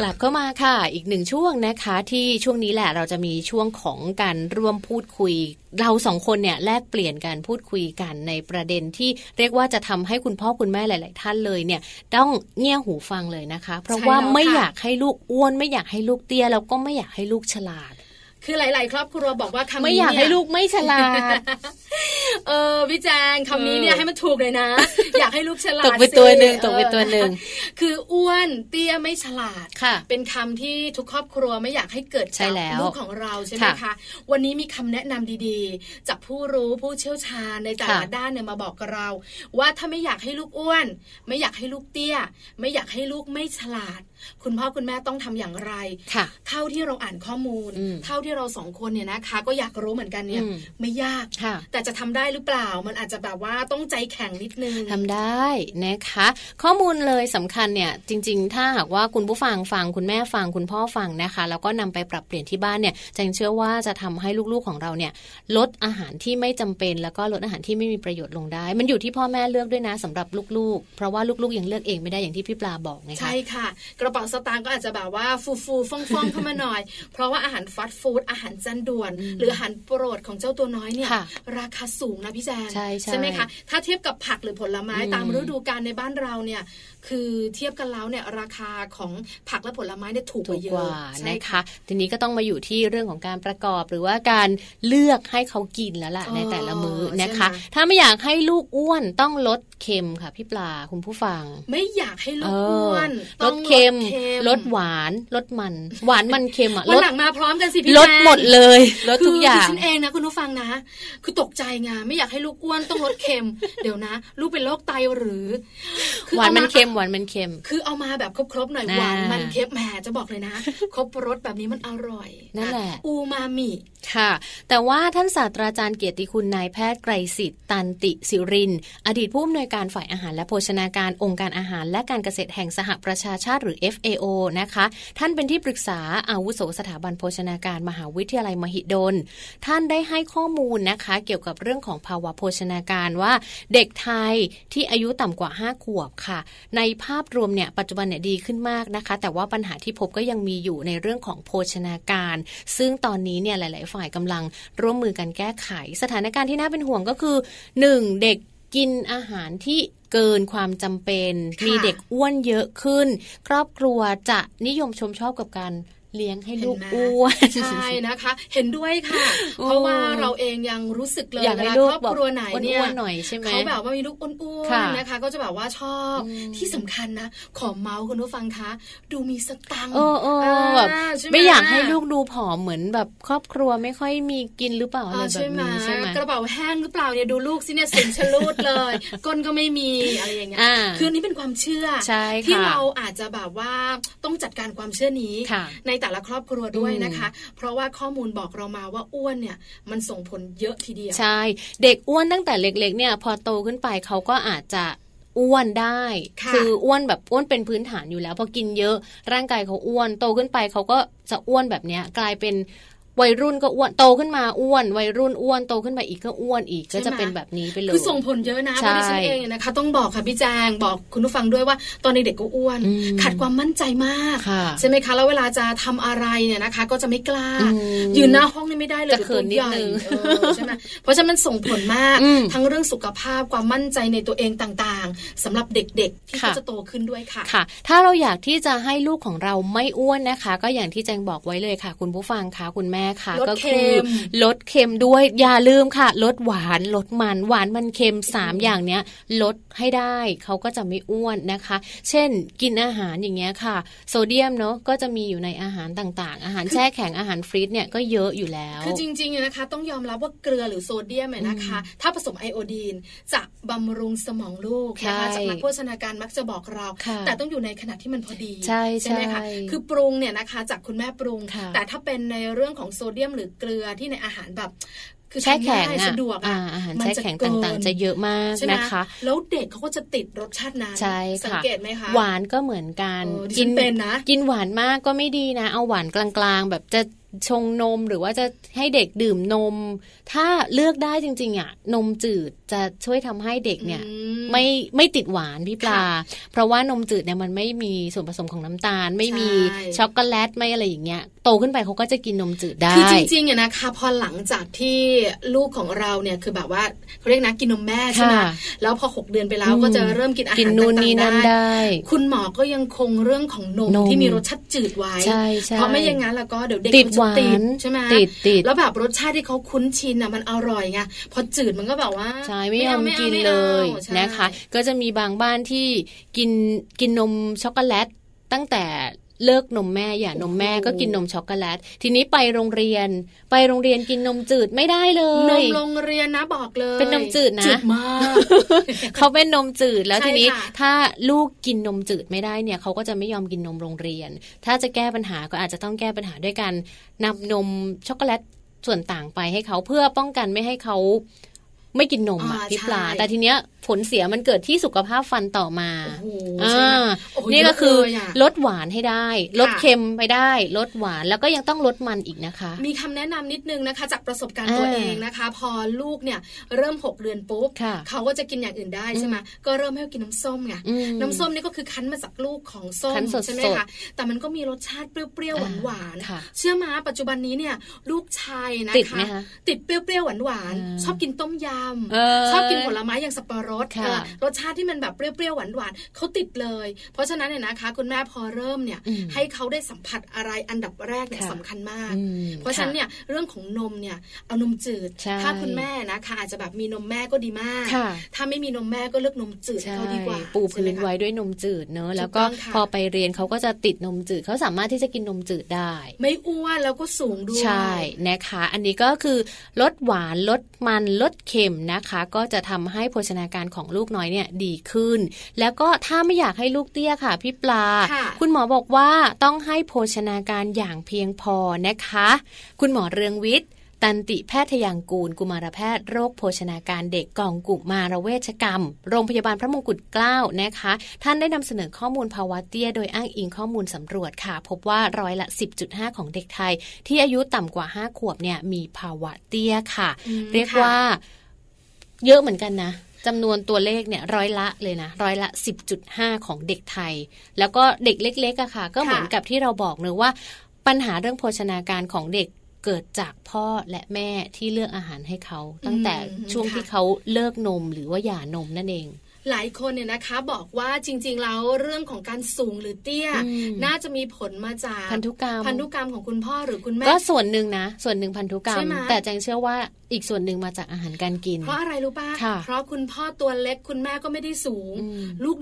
กลับเข้ามาค่ะ อีกหนึ่งช่วงนะคะที่ช่วงนี้แหละเราจะมีช่วงของการร่วมพูดคุย เราสองคนเนี่ยแลกเปลี่ยนการพูดคุยกันในประเด็นที่เรียกว่าจะทำให้คุณพ่อคุณแม่หลาย ๆ ท่านเลยเนี่ยต้องเงี่ยหูฟังเลยนะคะ เพราะ
ใช่
ว่า
แล้ว
ไม่
ค่ะ
อยากให้ลูกอ้วนไม่อยากให้ลูกเตี้ยแล้วก็ไม่อยากให้ลูกฉลาด
คือหลาย ๆ ครอบครัวบอกว่าคำนี้
ไม่อยากให้
เนี่
ลูกไม่ฉลาด
เออพี่แจงคำนี้เนี่ยให้มันถูกเลยนะ อยากให้ลูกฉลาด
ตกไปตัวหนึ่ง
สิ
ตกไป
เออ
ตัวหนึ่ง
คืออ้วนเตี้ยไม่ฉลาด
ค่ะ
เป็นคำที่ทุกครอบครัวไม่อยากให้เกิด
ใช่
กับ
แล้ว
ลูกของเราใช่ไหม
ค่ะ
คะวันนี้มีคำแนะนำดีๆ จากผู้รู้ผู้เชี่ยวชาญในแต่ละ
ค่ะ
ด้านเนี่ยมาบอกกับเรา ว่าถ้าไม่อยากให้ลูกอ้วน ไม่อยากให้ลูกเตี้ย ไม่อยากให้ลูกไม่ฉลาด คุณพ่อคุณแม่ต้องทำอย่างไร
ค่ะ
เท่าที่เราอ่านข้อมูล
อืม
เท่าที่เราสองคนเนี่ยนะคะ ก็อยากรู้เหมือนกันเนี่ย
อืม
ไม่ยาก
ค่ะ
แต่จะทำได้หรือเปล่า มันอาจจะแบบว่าต้องใจแข็งนิดนึง
ทำได้นะคะ ข้อมูลเลยสำคัญเนี่ยจริง ๆ ถ้าหากว่าคุณผู้ฟังฟังคุณแม่ฟังคุณพ่อฟังนะคะ แล้วก็นำไปปรับเปลี่ยนที่บ้านเนี่ยแจงเชื่อว่าจะทำให้ลูกๆของเราเนี่ยลดอาหารที่ไม่จำเป็น แล้วก็ลดอาหารที่ไม่มีประโยชน์ลงได้ มันอยู่ที่พ่อแม่เลือกด้วยนะสำหรับลูกๆ เพราะว่าลูกๆยังเลือกเองไม่ได้อย่างที่พี่ปลาบอกไงคะ
ใช่ค่ะ กระเป๋าสตางค์ก็อาจจะแบบว่าฟูฟูฟ่องฟ่องๆเข้ามาหน่อย เพราะว่าอาหารฟาสต์ฟู้ดอาหารจานด่วน หรืออาหารโปรดของเจ้าตัวน้อยเนี่ย
ค่ะ
ราคาสูงนะพี่แจง
ใช่ใช่
ไหมคะ ถ้าเทียบกับผักหรือผลไม้
อืม
ตามฤดูกาลในบ้านเราเนี่ย คือเทียบกันแล้วเนี่ยราคาของผักและผลไม้เนี่ยถูกก
ถู
ว่าก เย
กว่า
อะใช่
นะคะ ทีนี้ก็ต้องมาอยู่ที่เรื่องของการประกอบหรือว่าการเลือกให้เขากินแล้วล่ะในแต่ละมื้อนะคะ ถ้าไม่อยากให้ลูกอ้วนต้องลดเค็มค่ะพี่ปลาคุณผู้ฟัง
ไม่อยากให้
เอ
ลูก
อ
อ้วน
ล
ต้อ
ด
ง
เค็ม ล
ล
ด
ด
ห
หวาน
วาน ลดมัน หวานมันเค็มอ่ะ
วัน
ลด
หลังมาพร้อมกันสิพี่
ลด
แจง
หมดเลย ลดทุกอย่าง
คืดิฉันเองนะคุณผู้ฟังนะ คือตกใจไงไม่อยากให้ลูกอ้วนต้องลดเค็ม เดี๋ยวนะ ลูกเป็นโรคไตหรือคือ
หวานมัน
อาา
เค็ม หวานมันเค็ม
คือเอามาแบบครบๆหน่อย
อ่า
หวานมันเค็มแหมจะบอกเลยนะ ครบรสแบบนี้มันอร่อย
นั่นแหละ
อูมา มิ
ค่ะ แต่ว่าท่านศาสตราจารย์เกียรติคุณนายแพทย์ไกรสิทธิ์ตันติสิริน อดีตผู้อำนวยการฝ่ายอาหารและโภชนาการองค์การอาหารและการเกษตรแห่งสหประชาชาติหรือ FAO นะคะ ท่านเป็นที่ปรึกษาอาวุโสสถาบันโภชนาการมหาวิทยาลัยมหิดล ท่านได้ให้ข้อมูลนะคะ เกี่ยวกับเรื่องของภาวะโภชนาการว่า เด็กไทยที่อายุต่ำกว่า 5 ขวบค่ะ ในภาพรวมเนี่ยปัจจุบันเนี่ยดีขึ้นมากนะคะ แต่ว่าปัญหาที่พบก็ยังมีอยู่ในเรื่องของโภชนาการ ซึ่งตอนนี้เนี่ยหลาย ๆ ฝ่ายกำลังร่วมมือกันแก้ไข สถานการณ์ที่น่าเป็นห่วงก็คือ 1. เด็กกินอาหารที่เกินความจำเป็น
ะ
มีเด็กอ้วนเยอะขึ้น ครอบครัวจะนิยมชมชอบกับการเลี้ยงให้
เห็
ลู
น
ก
ไหม
อ้วน
ใช่นะคะ เห็นด้วยค่ะ
โอ้
เพราะว่าเราเองยังรู้สึกเลย
อยาก
เว
ให้
ลา
ลูก
ครอบ
แบบ
ครัวไหนเนี่ย
อ้วนๆหน่อยใช่ไหม
เขาแบบว่ามีลูกอ้วน
ค่ะ
ๆนะคะ ก็จะแบบว่าชอบ
อืม
ที่สำคัญนะขอเมาส์คุณผู้ฟังคะ ดูมีสตังค์
เออเออ
อ่า
แบบ
ช่
ไม่อยากให้ลูกดูผอมเหมือนแบบครอบครัวไม่ค่อยมีกินหรือเปล่าอะไร
อ่า
แบ
ใช่
บ
ไหม
นี้ใช่ไหม
กระเป๋าแห้งหรือเปล่าเนี่ยดูลูกสิเนี่ยสินชะลูดเลย ก้นก็ไม่มีอะไรอย่างเงี้ย
อ่า
คืออันนี้เป็นความเชื่อ
ใช่ค่ะ
ที่เราอาจจะแบบว่าต้องจัดการความเชื่อนี้
ค่ะ
ในแต่ละครอบครัวด้วย
อืม
นะคะ เพราะว่าข้อมูลบอกเรามาว่าอ้วนเนี่ยมันส่งผลเยอะทีเดียว
ใช่ เด็กอ้วนตั้งแต่เล็ก ๆ เนี่ย พอโตขึ้นไปเขาก็อาจจะอ้วนได้
ค่ะ
คืออ้วนแบบอ้วนเป็นพื้นฐานอยู่แล้ว พอกินเยอะร่างกายเขาอ้วนโตขึ้นไปเขาก็จะอ้วนแบบเนี้ยกลายเป็นวัยรุ่นก็อ้วนโตขึ้นมาอ้วน วัยรุ่นอ้วนโตขึ้นไปอีกก็อ้วนอีกก็
ใช่ไหม
จะเป็นแบบนี้ไปเลย
คือส่งผลเยอะนะ
ใช่
เพราะดิฉันเองเนี่ยนะคะ ต้องบอกค่ะพี่แจงบอกคุณผู้ฟังด้วยว่าตอนเด็กๆก็อ้วน
อืม
ขาดความมั่นใจมาก
ค่ะ
ใช่ไหมคะแล้วเวลาจะทำอะไรเนี่ยนะคะ ก็จะไม่กล้า
อืม
ยืนหน้าห้องนี่ไม่ได้เลย
จะเขินนิดนึง
เดี๋ยวตัวใหญ่เออใช่ไหมเพราะฉะนั้นมันส่งผลมาก
อืม
ทั้งเรื่องสุขภาพความมั่นใจในตัวเองต่างๆสำหรับเด็กๆที่
ค่ะ
เขาจะโตขึ้นด้วยค่ะ
ค่ะ ถ้าเราอยากที่จะให้ลูกของเราไม่อ้วนนะคะ ก็อย่างที่แจงบอกไว้เลยค่ะ คุณผู้ฟังค่ะคุณแม่ค่ะ
ลด
ก็
เค็
คือ
ม
ลดเค็มด้วยอย่าลืมค่ะ ลดหวานลดมันหวานมันเค็มสามอย่างเนี้ยลดให้ได้เขาก็จะไม่อ้วนนะคะ เช่น กินอาหารอย่างเงี้ยค่ะ โซเดียมเนาะก็จะมีอยู่ในอาหารต่างๆ อาหารแช่แข็งอาหารฟรีซเนี่ยก็เยอะอยู่แล้ว
คือจริงๆเนี่ยนะคะ ต้องยอมรับว่าเกลือหรือโซเดียมเนี่ยนะคะ ถ้าผสมไอโอดีนจะบำรุงสมองลูกนะคะ
ใช่
จากนักโภชนาการมักจะบอกเรา
ค่ะ
แต่ต้องอยู่ในขนาดที่มันพอดี
ใช่
ไหมคะ
ใช่
คือปรุงเนี่ยนะคะ จากคุณแม่ปรุง
ค่ะ
แต่ถ้าเป็นในเรื่องของโซเดียมหรือเกลือที่ในอาหารแบบ คือ
แช่แข็ง
ทำ
อะ
ง่ายสะดวก
อ่า
อะ
อาหาร
มัน
แช่แข็งต่างๆ จะเยอะมาก
ใช่ไหม
นะคะ
แล้วเด็กเขาก็จะติดรสชาตินั้น
ใช่ค่ะ
สังเกตไหมคะ
หวานก็เหมือนกัน
เออดิฉันเป็นนะ
กินหวานมากก็ไม่ดีนะ เอาหวานกลางๆ แบบจะชงนมหรือว่าจะให้เด็กดื่มนม ถ้าเลือกได้จริงๆอ่ะนมจืด จะช่วยทำให้เด็กเนี่ย
อื
ไม่ไม่ติดหวานพี่ปลา
ค่ะ
เพราะว่านมจืดเนี่ยมันไม่มีส่วนผสมของน้ำตาล ไม่มี
ใช่
ช็อกโกแลตไม่อะไรอย่างเงี้ยโตขึ้นไปเขาก็จะกินนมจืดได้
คือจริงๆเนี่ยนะคะพอหลังจากที่ลูกของเราเนี่ยคือแบบว่าเขาเรียกนะกินนมแม่ใช่ไหม
ค่ะ
แล้วพอ 6 เดือนไปแล้ว
อืม
ก็จะเริ่มกินอาหาร
กินนู่นนี่นั่น
ต่างๆ
ได้
คุณหมอก็ยังคงเรื่องของนม
นม
ที่มีรสชาติจืดไว้
ใช่ใช่
เพราะไม่อย่างนั้นแล้วก็เดี๋ยวเด็ก
ติด
มัน
ห
จะ
วาน
ใช่ไหม
ติดติด
แล้วแบบรสชาติที่เขาคุ้นชินอ่ะมันอร่อยไงพอจืดมันก็แบบว่า
ใช่ไม่ยอม
เาา
กิน
ไม่อา
เลย
ใช่
นะคะ ก็จะมีบางบ้านที่กินกินนมช็อกโกแลตตั้งแต่เลิกนมแม่อย่านมแม่ก็กินนมช็อกโกแลต ทีนี้ไปโรงเรียน ไปโรงเรียนกินนมจืดไม่ได้เลย
นมโรงเรียนนะบอกเลย
เป็นนมจืดนะ
จืดมาก
เขาเป็นนมจืดแล้ว
ใช่
ทีนี้
ค่ะ
ถ้าลูกกินนมจืดไม่ได้เนี่ยเขาก็จะไม่ยอมกินนมโรงเรียน ถ้าจะแก้ปัญหาก็อาจจะต้องแก้ปัญหาด้วยการนำนมช็อกโกแลตส่วนต่างไปให้เขาเพื่อป้องกันไม่ให้เขาไม่กินนมอ่ะ
อ่า
พี่ปลา
ใช่
แต่ทีเนี้ยผลเสียมันเกิดที่สุขภาพฟันต่อมา
โอ้โห
อ่
ใช่ไหมา โอ้โห
นี่ก็คือ
เยะเลยอะ
ลดหวานให้ได้ ลด
ค่ะ
เค็มไปได้ ลดหวานแล้วก็ยังต้องลดมันอีกนะคะ
มีคำแนะนำนิดนึงนะคะ จากประสบการณ์ตัว
อ่า
เองนะคะ พอลูกเนี่ยเริ่ม 6 เดือนปุ๊บ
ค่ะ
เขาก็จะกินอย่างอื่นได้ใช่ไหมก็เริ่มให้เขากินน้ำส้มไง
อืม
น้ำส้มนี่ก็คือคั้นมาจากลูกของส้ม
คั้นสดๆ
ใช่ไหมคะแต่มันก็มีรสชาติเปรี้ยว
อ่า
ๆหวาน
ค่ะ
ๆเชื่อมาปัจจุบันนี้เนี่ยลูกชายนะ
ติดไห
คะ
มคะ
ติดเปรี้ยวๆหวาน
อ่า
ๆชอบกินต้มย
เออ
ำชอบกินผลไม้อย่างสับปะรด
ค่ะ
เออรสชาติที่มันแบบเปรี้ยวๆหวานๆเขาติดเลย เพราะฉะนั้นเนี่ยนะคะ คุณแม่พอเริ่มเนี่ย
อืม
ให้เขาได้สัมผัสอะไรอันดับแรกเนี่ย
ค่ะ
สำคัญมาก
อืม
เพราะฉะนั้น
ค่
เนี่ยเรื่องของนมเนี่ยเอานมจืด
ใช่
ถ้าคุณแม่นะคะอาจจะแบบมีนมแม่ก็ดีมาก
ค่ะ
ถ้าไม่มีนมแม่ก็เลือกนมจืดให้
ใช่
เขาดีกว่า
ปูพื้น
ใช่หมคะ
ไว้ด้วยนมจืดเนอะ
ถูก
แล้วก็
ต้องค่ะ
พอไปเรียนเขาก็จะติดนมจืดเขาสามารถที่จะกินนมจืดได้
ไม่อ้วนแล้วก็สูงด้วย
ใช่นะคะ อันนี้ก็คือลดหวานลดมันลดเค็มนะคะ ก็จะทำให้โภชนาการของลูกน้อยเนี่ยดีขึ้น แล้วก็ถ้าไม่อยากให้ลูกเตี้ยค่ะพี่ปลา
ค่ะ
คุณหมอบอกว่าต้องให้โภชนาการอย่างเพียงพอนะคะ คุณหมอเรืองวิทย์ ตันติแพทยางกูล กุมารแพทย์โรคโภชนาการเด็กกองกุมารเวชกรรม โรงพยาบาลพระมงกุฎเกล้านะคะ ท่านได้นำเสนอข้อมูลภาวะเตี้ยโดยอ้างอิงข้อมูลสำรวจค่ะ พบว่าร้อยละ 10.5 ของเด็กไทย ที่อายุต่ำกว่า 5 ขวบเนี่ยมีภาวะเตี้ยค่ะ
อืม
เรียก
ค่ะ
ว่าเยอะเหมือนกันนะจำนวนตัวเลขเนี่ยร้อยละเลยนะร้อยละ 10.5 ของเด็กไทย แล้วก็เด็กเล็กๆอะค่ะ ก็เหมือนกับที่เราบอกเนอะว่า ปัญหาเรื่องโภชนาการของเด็กเกิดจากพ่อและแม่ที่เลือกอาหารให้เขา ตั้งแต่
อืม
ช่วง
ค่ะ
ที่เขาเลิกนมหรือว่าหย่านมนั่นเอง
หลายคนเนี่ยนะคะบอกว่าจริงๆแล้วเรื่องของการสูงหรือเตี้ย
อืม
น่าจะมีผลมาจาก
พันธุกรรม
พันธุกรรมของคุณพ่อหรือคุณแม่
ก็ส่วนหนึ่งนะ ส่วนหนึ่งพันธุกรร
ใช่
ม
ไหม
แต่แจงเชื่อว่าอีกส่วนหนึ่งมาจากอาหารการกิน
เพราะอะไรรู้ป่ะ
ค่ะ
เพราะคุณพ่อตัวเล็กคุณแม่ก็ไม่ได้สูง
อืม
ลูก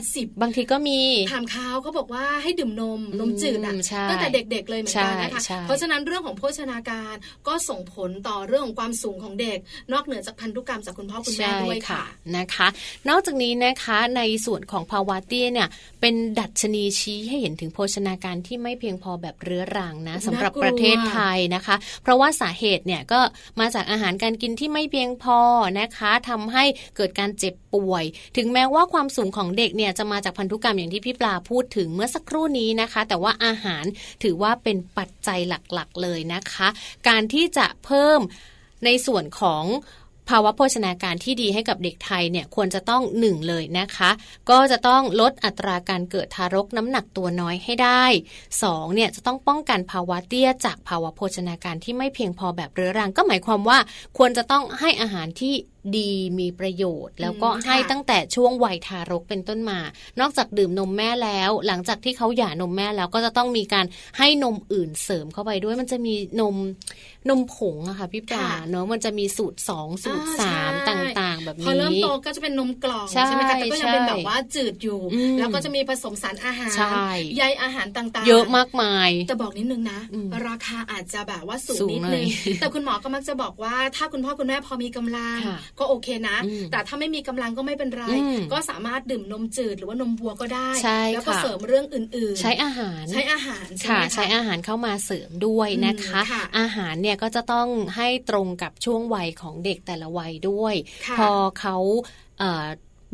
180
บางทีก็มี
ถามเขาเขาบอกว่าให้ดื่มนม
อืม
นมจืดอ่ะ
ใช่
ตั้งแต่เด็กๆเลยเหมือนกันนะคะ
ใช่ใช่
เพราะฉะนั้นเรื่องของโภชนาการก็ส่งผลต่อเรื่องของความสูงของเด็ก นอกเหนือจากพันธุกรรมจากคุณพ่อคุณแม่
ใช่
ด้วยค่ะ
นะคะ นอกจากนี้นะคะในส่วนของภาวะเตี้ยเนี่ยเป็นดัชนีชี้ให้เห็นถึงโภชนาการที่ไม่เพียงพอแบบเรื้อรังนะสำหรับ
น่ากลัว
ประเทศไทยนะคะ เพราะว่าสาเหตุเนี่ยก็มาจากอาหารการกินที่ไม่เพียงพอนะคะทำให้เกิดการเจ็บป่วย ถึงแม้ว่าความสูงของเด็กเนี่ยจะมาจากพันธุกรรมอย่างที่พี่ปลาพูดถึงเมื่อสักครู่นี้นะคะ แต่ว่าอาหารถือว่าเป็นปัจจัยหลักๆ เลยนะคะ การที่จะเพิ่มในส่วนของ ภาวะโภชนาการที่ดีให้กับเด็กไทยเนี่ยควรจะต้องหนึ่งเลยนะคะ ก็จะต้องลดอัตราการเกิดทารกน้ำหนักตัวน้อยให้ได้สองเนี่ยจะต้องป้องกันภาวะเตี้ยจากภาวะโภชนาการที่ไม่เพียงพอแบบเรื้อรัง ก็หมายความว่า ควรจะต้องให้อาหารที่ดีมีประโยชน์ แล้วก็
อืม
ให้
ค่ะ
ตั้งแต่ช่วงวัยทารกเป็นต้นมา นอกจากดื่มนมแม่แล้ว หลังจากที่เขาหย่านมแม่แล้วก็จะต้องมีการให้นมอื่นเสริมเข้าไปด้วยมันจะมีนมนมผงอะค่ะพี่ปลา
ค่ะ
เนอะมันจะมีสูตรสอง สูตรสาม
อ่าใช่
ต่างๆ แบบ
พ
นี้
อเริ่มโตก็จะเป็นนมกล่อง
ใช่
ไหมคะแต่ก็ยัง
ใช่
เป็นแบบว่าจืดอยู่
อืม
แล้วก็จะมีผสมสารอาหาร
ใช่
ใยอาหารต่างๆ
เยอะมากมาย
แต่บอกนิดนึงนะ
อืม
ราคาอาจจะแบบว่าสูง
สูง
นิด
หน่
นึ
อง ย
แต่คุณหมอก็มักจะบอกว่า ถ้าคุณพ่อคุณแม่พอมีกำลัง
ค่ะ
ก็โอเคนะ
อืม
แต่ถ้าไม่มีกำลังก็ไม่เป็นไร
อืม
ก็สามารถดื่มนมจืดหรือว่านมวัวก็ได้
ใช่
แล้วก็
ค่ะ
เสริมเรื่องอื่นๆ
ใช้อาหาร
ใช้อาหารใช่
ค่ะ
ไหม
ใช้
คะ
อาหารเข้ามาเสริมด้วยนะคะ
อืมค่ะ
อาหารเนี่ยก็จะต้องให้ตรงกับช่วงวัยของเด็กแต่ละวัยด้วย
ค่ะ
พอเขาเอ่อ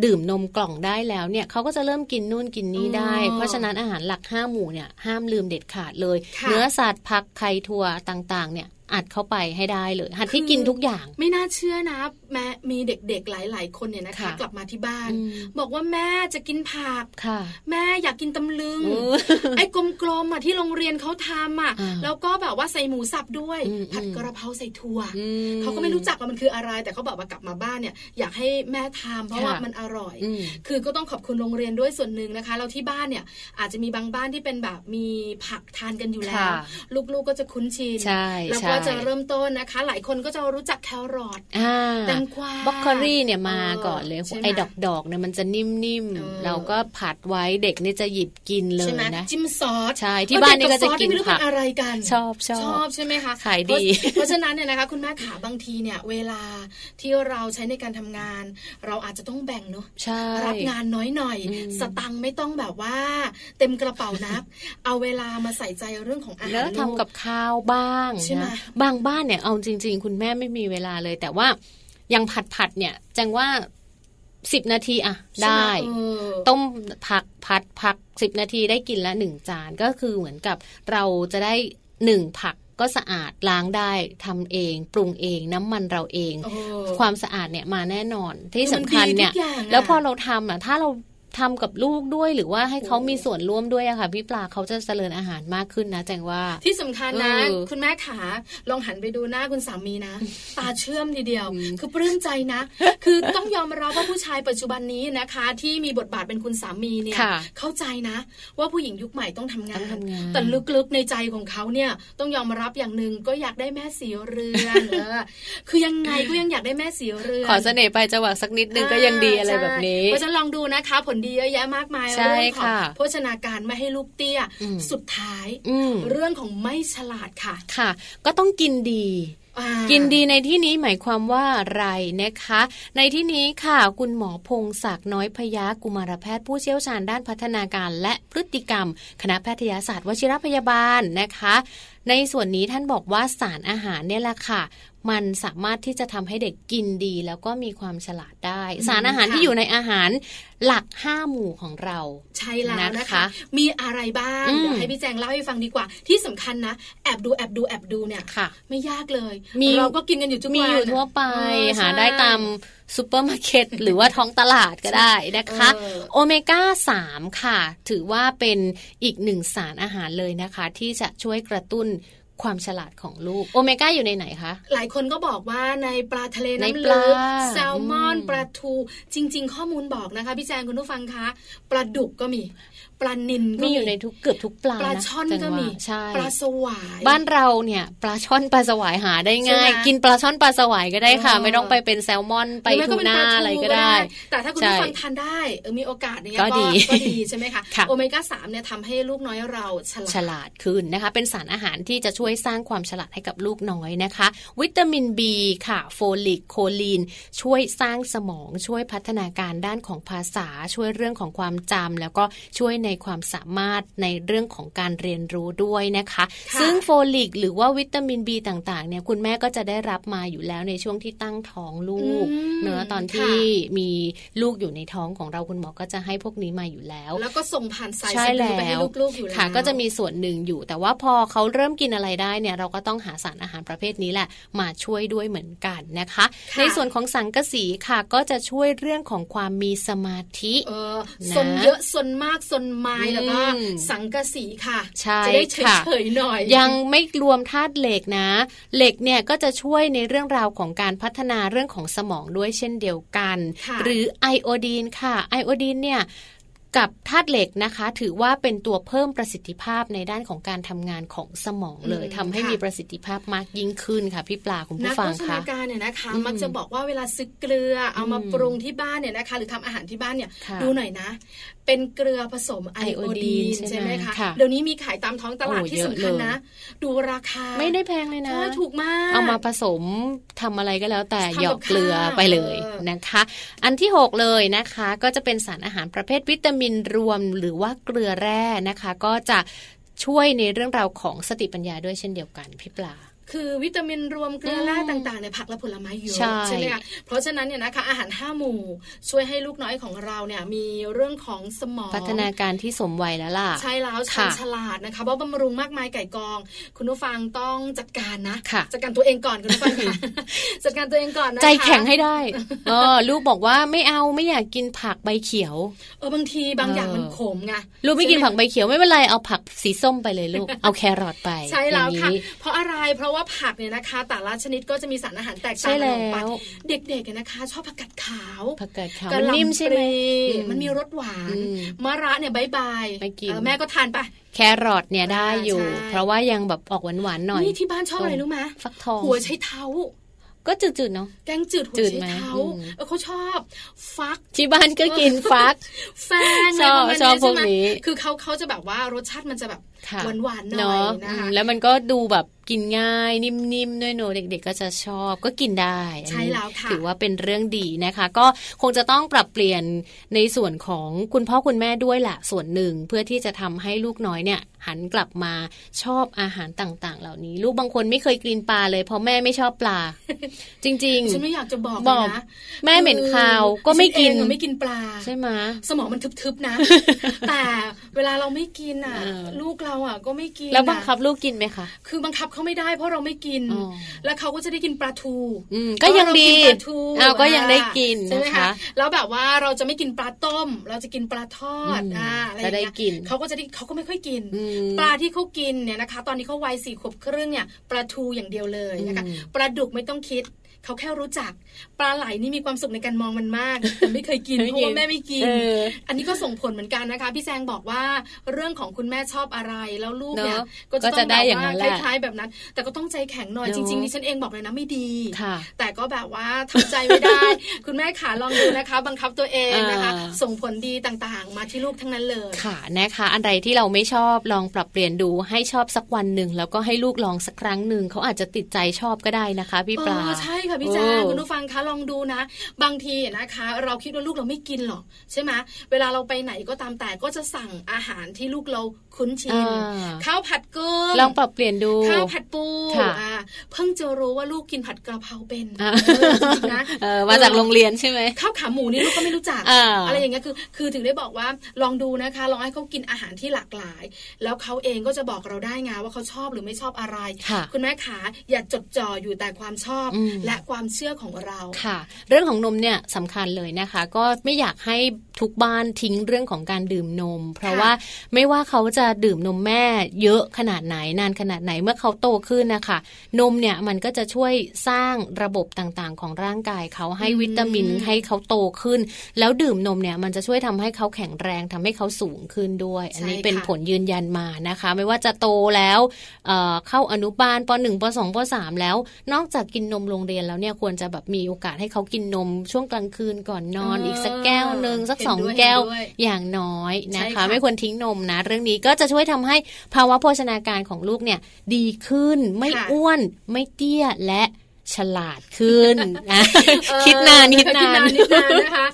ดื่มนมกล่องได้แล้วเนี่ยเขาก็จะเริ่มกินนู่นกินนี่ได้
อ๋อ
เพราะฉะนั้นอาหารหลักห้าหมู่เนี่ยห้ามลืมเด็ดขาดเลย
ค่ะ
เนื้อสัตว์ผักไข่ถั่วต่างๆ เนี่ย อัดเข้าไปให้ได้เลยหัดให้กินทุกอย่าง
ไม่น่าเชื่อนะแม่มีเด็กๆหลายๆ คนเนี่ยนะคะ
ค่ะ
กลับมาที่บ้าน
อืม
บอกว่าแม่จะกินผัก
ค่ะ
แม่อยากกินตำลึง
เออ
ไอ้กลมๆอ่ะที่โรงเรียนเขาทำอ่ะ
อ่า
แล้วก็แบบว่าใส่หมูสับด้วย
อืม
ผัด
อืม
กระเพราใส่ถั่ว
อื
เขาก็ไม่รู้จักว่ามันคืออะไร แต่เขาบอกว่ากลับมาบ้านเนี่ย อยากให้แม่ทำเพราะ
ค่ะ
ว่ามันอร่อย
อืม
คือก็ต้องขอบคุณโรงเรียนด้วยส่วนหนึ่งนะคะ เราที่บ้านเนี่ยอาจจะมีบางบ้านที่เป็นแบบมีผักทานกันอยู่แล้ว
ค่ะ
ลูกๆก็จะคุ้นชิน
ใช่
แล้ว
ใช่
ก็จะเริ่มต้นนะคะ หลายคนก็จะรู้จักแครอท
อ่า
แตงกวา
บล็อกโคลี่เนี่ยมาก่อนเลย
เออใช่ไหม
ไอ้ดอกดอกๆเนี่ยมันจะนิ่ม
เออ
ๆ เราก็ผัดไว้เด็กนี่จะหยิบกินเล
ใช่
ย
ไหม
นะ
จิ้มซอส
ใช่ที่บ้านนี่ก็จะกิน
เออเด็
ผั
ผั
ก
กอะไรกัน
ชอบชอ
ชอบบ ใช่ไหมคะ
ขายดี
เพระเพราะฉะนั้นเนี่ยนะคะคุณแม่ขาบางทีเนี่ย เวลาที่เราใช้ในการทำงาน เราอาจจะต้องแบ่งเนาะ
ใช่
รับงานน้อยหน่อย
อืม
สตังค์ไม่ต้องแบบว่า เต็มกระเป๋า นัก เอาเวลามาใส่ใจเรื่องของอาหาร
แล้วทำกับ
ลู
ข้าวบ้าง
ใช่ไหม
นะบางบ้านเนี่ยเอาจริง ๆ คุณแม่ไม่มีเวลาเลย แต่ว่ายังผัดผัดๆเนี่ยจังว่าสิบนาทีอะ
ใช่หม
ได้
เออ
ต้มผักผัดผักสิบนาทีได้กินละหนึ่งจานก็คือเหมือนกับเราจะได้หนึ่งผักก็สะอาดล้างได้ทำเอง ปรุงเองน้ำมันเราเอง
โอ้
ความสะอาดเนี่ยมาแน่นอนที่
คือ
สำ
มัน
คัญ
ดีทุก
เนี่ย
อย่างอะ
แล้วพอเราทำอ่ะถ้าเราทำกับลูกด้วยหรือว่าให้เขา
โอ้
มีส่วนร่วมด้วยอะค่ะพี่ปลาเขาจะเจริญอาหารมากขึ้นนะแจงว่า
ที่สำคัญนะ
เออ
คุณแม่ขาลองหันไปดูหน้าคุณสามี นะ ตาเชื่อมทีเดียว คือปลื้มใจนะ คือต้องยอมรับว่าผู้ชายปัจจุบันนี้นะคะ ที่มีบทบาทเป็นคุณสามีเนี่ย
ค่ะ
เข้าใจนะ ว่าผู้หญิงยุคใหม่ต้องทำงาน
ต้องทำงาน
แต่ลึกๆในใจของเขาเนี่ยต้องยอมรับอย่างหนึ่งก็อยากได้แม่สีเรื อนเออคือยังไงก็ยังอยากได้แม่สีเรือน
ขอเสน่ห์ไปจังหวะสักนิดนึงก็ยังดีอะไรแบบนี้
ใช่เพราะฉะนั้นลองดูนะคะ ผลดีเยอะแยะมากมาย
ใช่
เรื่องของ
ค่ะ
โภชนาการไม่ให้ลูกเตี้ย
อืม
สุดท้าย
อืม
เรื่องของไม่ฉลาดค่ะ
ค่ะ ก็ต้องกินดี
อ่า
กินดีในที่นี้หมายความว่าอะไรนะคะ ในที่นี้ค่ะ คุณหมอพงศักดิ์น้อยพยากุมารแพทย์ผู้เชี่ยวชาญด้านพัฒนาการและพฤติกรรม คณะแพทยศาสตร์วชิรพยาบาลนะคะ ในส่วนนี้ท่านบอกว่าสารอาหารเนี่ยแหละค่ะ มันสามารถที่จะทำให้เด็กกินดี แล้วก็มีความฉลาดได้ สารอาหาร
ค่ะ
ที่อยู่ในอาหารหลักห้าหมู่ของเรา
ใช่แล้ว
นะ
นะคะ คะ มีอะไรบ้าง
อืม
เดี๋ยวให้พี่แจงเล่าให้ฟังดีกว่า ที่สำคัญนะ แอบดูแอบดูแอบดูเนี่ย
ค่ะ
ไม่ยากเลย
มี
เราก็กินกันอยู่ทุกวัน
มีอยู่ทั่วไป
เออ
หา
ใช่
ได้ตามซูเปอร์มาร์เก็ตหรือว่าท้องตลาดก็ได้นะคะ
เออ
โอเมก้า 3 ค่ะ ถือว่าเป็นอีกหนึ่งสารอาหารเลยนะคะ ที่จะช่วยกระตุ้นความฉลาดของลูก โอเมก้าอยู่ในไหนคะ
หลายคนก็บอกว่าในปลาทะเลน้ำ
ในปลา
ลึกแซลมอน
อืม
ปลาทูจริง ๆ ข้อมูลบอกนะคะ พี่แจงคุณผู้ฟังคะปลาดุกก็มีปลานิลก็
มี
มี
อยู่ในทุกเกือบทุกป
ปลา
ลาะ
ช่อน
จัง
ก็
หวะ
มี
ใช่
ปลาสวาย
บ้านเราเนี่ยปลาช่อนปลาสวายหาได้ง่าย
ใช่ไหม
กินปลาช่อนปลาสวายก็ได้ค่ะ
เออ
ไม่ต้องไปเป็นแซลมอนไป
หรือม่
ทูน่า
เป็นปลทู
อะไรก็ได้
แต่ถ้าคุณ
ใช่
ผู้ฟังทานได้เออมีโอกาสอย่างเงี้ย
ก็ดี
ก็ดีใช่ไหมคะ
ค่ะ
โอเมก้าสามเนี่ยทำให้ลูกน้อยเราฉลาด
ฉลาดขึ้นนะคะ เป็นสารอาหารที่จะช่วยสร้างความฉลาดให้กับลูกน้อยนะคะ วิตามิน B ค่ะ โฟลิกโคลีน ช่วยสร้างสมองช่วยพัฒนาการด้านของภาษา ช่วยเรื่องของความจำแล้วก็ช่วยในความสามารถในเรื่องของการเรียนรู้ด้วยนะคะ
ค่ะ
ซึ่งโฟลิกหรือว่าวิตามิน B ต่างๆเนี่ยคุณแม่ก็จะได้รับมาอยู่แล้วในช่วงที่ตั้งท้องลูก
อืม
เนื้อะตอน
ค่ะ
ที่มีลูกอยู่ในท้องของเราคุณหมอก็จะให้พวกนี้มาอยู่แล้ว
แล้วก็ส่งผ่านสาย
ใช่
สะดือไปให้
แล้ว
ลูกๆอยู่แล้ว
ค่ะก็จะมีส่วนหนึ่งอยู่ แต่ว่าพอเขาเริ่มกินอะไรได้เนี่ยเราก็ต้องหาสารอาหารประเภทนี้แหละ มาช่วยด้วยเหมือนกันนะคะ
ะ
ในส่วนของสังกะสีค่ะก็จะช่วยเรื่องของความมีสมาธิ
เออ
นะ
สนเยอะสนมากสนไม้แล้วก็
อืม
สังกะสีค่ะ
ใช่
จะได้
ค่ะ
เฉยๆหน่อย
ยังไม่รวมธาตุเหล็กนะ เหล็กเนี่ยก็จะช่วยในเรื่องราวของการพัฒนาเรื่องของสมองด้วยเช่นเดียวกัน
ค่ะ
หรือไอโอดีนค่ะไอโอดีนเนี่ยกับธาตุเหล็กนะคะ ถือว่าเป็นตัวเพิ่มประสิทธิภาพในด้านของการทำงานของสมองเลยทำให้มีประสิทธิภาพมากยิ่งขึ้นค่ะ พี่ปลาคุณ
นั
ผู้
ก
ฟั
โภ
ง
ช
คะ
นาการเนี่ยนะคะ
อืม
มักจะบอกว่าเวลาซื้อเกลือเอามา
อืม
ปรุงที่บ้านเนี่ยนะคะ หรือทำอาหารที่บ้านเนี่ย
ค่ะ
ดูหน่อยนะ เป็นเกลือผสมไอโอ
ไอ
ดีน
โอดีนใช่
ใช่
ไห
ไห
ม
มคะ
ค่ะ
เดี๋ยวนี้มีขายตามท้องตลาด
โอ้
ที่
เยอะ
สำคัญ
เลย
นะ ดูราคา
ไม่ได้แพงเลยนะ
ใช่ถูกมาก
เอามาผสมทำอะไรก็แล้วแต่
ทำกับ
หยอกเกลือ
ข้าว
ไปเลย
เออ
นะคะ อันที่ 6 เลยนะคะ ก็จะเป็นสารอาหารประเภทวิตามินรวมหรือว่าเกลือแร่นะคะ ก็จะช่วยในเรื่องราวของสติปัญญาด้วยเช่นเดียวกันพี่ปลา
คือวิตามินรวมเกลือแร่
อืม
ต่างๆในยผักและผลไม้เยอะ
ใช่
ไหมคะเพราะฉะนั้นเนี่ยนะคะอาหารห้าหมู่ช่วยให้ลูกน้อยของเราเนี่ยมีเรื่องของสมอง
พัฒนาการที่สมวัยแล้วล่ะ
ใช่แล้วชา
ค่ะ
ญฉลาดนะคะเพราะบำรุงมากมายไก่กอง คุณผู้ฟังต้องจัดการนะ
ค่ะ
จัดการตัวเองก่อนคุณผู้ฟังค่ะ จัดการตัวเองก่อนนะคะ
ใจแข็งให้ ได้เออลูกบอกว่าไม่เอาไม่อยากกินผักใบเขียว
เออบางทีบางอย่าง
เออ
มันขมไง
ลูกไม่กิน
ใช่ห
ผักใบเขียวไม่เป็นไรเอาผักสีส้มไปเลย ลูก เอาแครอทไป
ใช่แล้ว
อย่าง
ค่ะ
นี้
เพราะอะไรเพราะว่าผักเนี่ยนะคะ แต่ละชนิดก็จะมีสารอาหารแตก
ใช่
ต่าง
แล้
กั
ว
นออกไปเด็กๆเนี่ยนะคะ ชอบผักกาดขาว
ผักกาดขาว
กะ
มัน
หล่ำ
นิ่มใช่ไหม
ปลี
อื
มันมีรสหวาน
อืม
มะระเนี่ยบายบาย
ไม่กิน
เออแม่ก็ทานไป
แครอทเนี่ยได้อยู่
ใช่
เพราะว่ายังแบบออกหวานๆหน่อย
นี่ที่บ้านชอบอะไรรู้ไหม
ฟักทอง
หัวไชเท้า
ก็จืดๆเนาะ
แกงจืดหัว
จืด
ไช
ไหม
เท้า
อืม
เออเขาชอบฟัก
ที่บ้านก็กินฟัก
แฟน
ชอบ
ะไร
ชอบ
ประมาณ
พวกนี้
เยใช่ไหมคือเขาเขาจะแบบว่ารสชาติมันจะแบบ
ค่ะ
หวานหวานๆหน่อ
เนาะ
ย
อื
นะ
ม
คะ
แล้วมันก็ดูแบบกินง่ายนิ่มๆด้วยเนอะเด็ก ๆ ก็จะชอบก็กินได้อันนี้
ใช่แล้วค่ะ
ถือว่าเป็นเรื่องดีนะคะ ก็คงจะต้องปรับเปลี่ยนในส่วนของคุณพ่อคุณแม่ด้วยละส่วนหนึ่งเพื่อที่จะทำให้ลูกน้อยเนี่ย หันกลับมาชอบอาหารต่างๆ เหล่านี้ ลูกบางคนไม่เคยกินปลาเลยเพราะแม่ไม่ชอบป ลา จริง
ฉันไม่อยากจะบอก
บ
เล
อก
ยนะ
ๆ แม่เหม็นคาว
คือ
ก็ไม่
ฉั
กิน
เองอะไม่กินปลา
ใช่ไหม
สมองมันทึบ ๆนะ แต่เวลาเราไม่กินอ่ะ
เออ
ลูกเราอ่ะก็ไม่กิน
แล้วบังคับ
อะ
ลูกกินไหมคะ
คือบังคับเขาไม่ได้เพราะเราไม่กิน
อ๋อ
แล้วเขาก็จะได้กินปลาทู
อืมก็ยังดี
เพราะเรากินปลาทู
เอาก็ยังได้กิน
ใช่ไหม
นะคะ คะ
แล้วแบบว่าเราจะไม่กินปลาต้ม เราจะกินปลาทอด
อืม
อ่าอะไรอย่าง
จะได้
เงี้ย
กิน
เขาก็จะได้เขาก็ไม่ค่อยกิน
อืม
ปลาที่เขากินเนี่ยนะคะ ตอนนี้เขาวัยสี่ขวบครึ่งเนี่ยปลาทูอย่างเดียวเลยนะคะ
อืม
ปลาดุกไม่ต้องคิดเขาแค่รู้จัก ปลาไหลนี่มีความสุขในการมองมันมากแต่ไม่เคยกินเพราะว่าแม่ไม่กิน
เออ
อันนี้ก็ส่งผลเหมือนกันนะคะ พี่แซงบอกว่าเรื่องของคุณแม่ชอบอะไรแล้วลูกเนี่ย
เนอะ
ก็จะ
ก็
ต้
จะ
อง
ได้
แบบ
อย่างนั้
ว่าน
แห
ค
ละ
ล้ายๆแบบนั้น แต่ก็ต้องใจแข็งหน่อย
เนอะ
จริงๆดิฉันเองบอกเลยนะไม่ดี
ค่ะ
แต่ก็แบบว่าทำใจไม่ได้ คุณแม่ขาลองดูนะคะ บังคับตัวเองนะคะ
อ่า
ส่งผลดีต่างๆ มาที่ลูกทั้งนั้นเลย
ค่ะนะคะ อันใดที่เราไม่ชอบลองปรับเปลี่ยนดูให้ชอบสักวันหนึ่งแล้วก็ให้ลูกลองสักครั้งหนึ่งเขาอาจจะติดใจชอบก็ได้นะคะ พี่ปลา
เออใช่ค่ะพี่แจาง
เออ
คุณผู้ฟังคะลองดูนะ บางทีนะคะ เราคิดว่าลูกเราไม่กินหรอกใช่ไหมเวลาเราไปไหนก็ตามแต่ก็จะสั่งอาหารที่ลูกเราคุ้นชิน
อ่า
ข้าวผัดกุ้ง
ลองปรับเปลี่ยนดู
ข้าวผัดปู
ค่ะ
อ่าเพิ่งจะรู้ว่าลูกกินผัดกระเพราเป็น
อ่า
เออจริงๆนะ
เออมาจากโรงเรียนใช่ไหม
ข้าวขาหมูนี่ลูกก็ไม่รู้จัก
อ่า
ไรอย่างเงี้ยคือ คือถึงได้บอกว่าลองดูนะคะ ลองให้เขากินอาหารที่หลากหลาย แล้วเขาเองก็จะบอกเราได้ไงว่าเขาชอบหรือไม่ชอบอะไร
ค่ะ
คุณแม่ขาอย่าจดจ่ออยู่แต่ความชอบ
อืม
และความเชื่อของเรา
ค่ะ เรื่องของนมเนี่ยสำคัญเลยนะคะ ก็ไม่อยากให้ทุกบ้านทิ้งเรื่องของการดื่มนม เพราะ
ค่ะ
ว่าไม่ว่าเขาจะดื่มนมแม่เยอะขนาดไหนนานขนาดไหนเมื่อเขาโตขึ้นนะคะนมเนี่ยมันก็จะช่วยสร้างระบบต่างๆ ของร่างกายเขาให้
อืม
วิตามินให้เขาโตขึ้น แล้วดื่มนมเนี่ยมันจะช่วยทำให้เขาแข็งแรงทำให้เขาสูงขึ้นด้วย อันนี้เป็นผลยืนยันมานะคะ ไม่ว่าจะโตแล้วเอ่อเข้าอนุบาลป .1 ป .2 ป .3 แล้ว นอกจากกินนมโรงเรียนแล้วเนี่ยควรจะแบบมีโอกาสให้เขากินนมช่วงกลางคืนก่อนนอน
เอออี
อีกสักแก้วหนึ่งสัก
เห็น
สอง
ด้วย
แก้ว
เห็นด้วย
อย่างน้อยนะ
ใช่
คะ
ค่ะ
ไม่ควรทิ้งนมนะ เรื่องนี้ก็จะช่วยทำให้ภาวะโภชนาการของลูกเนี่ยดีขึ้น ไม่อ้วน ไม่เตี้ยและฉลาดขึ้นอ่ะ
เออ
คิดนานคิด
คิ
นาน
ดาน นคิดนานนะคะ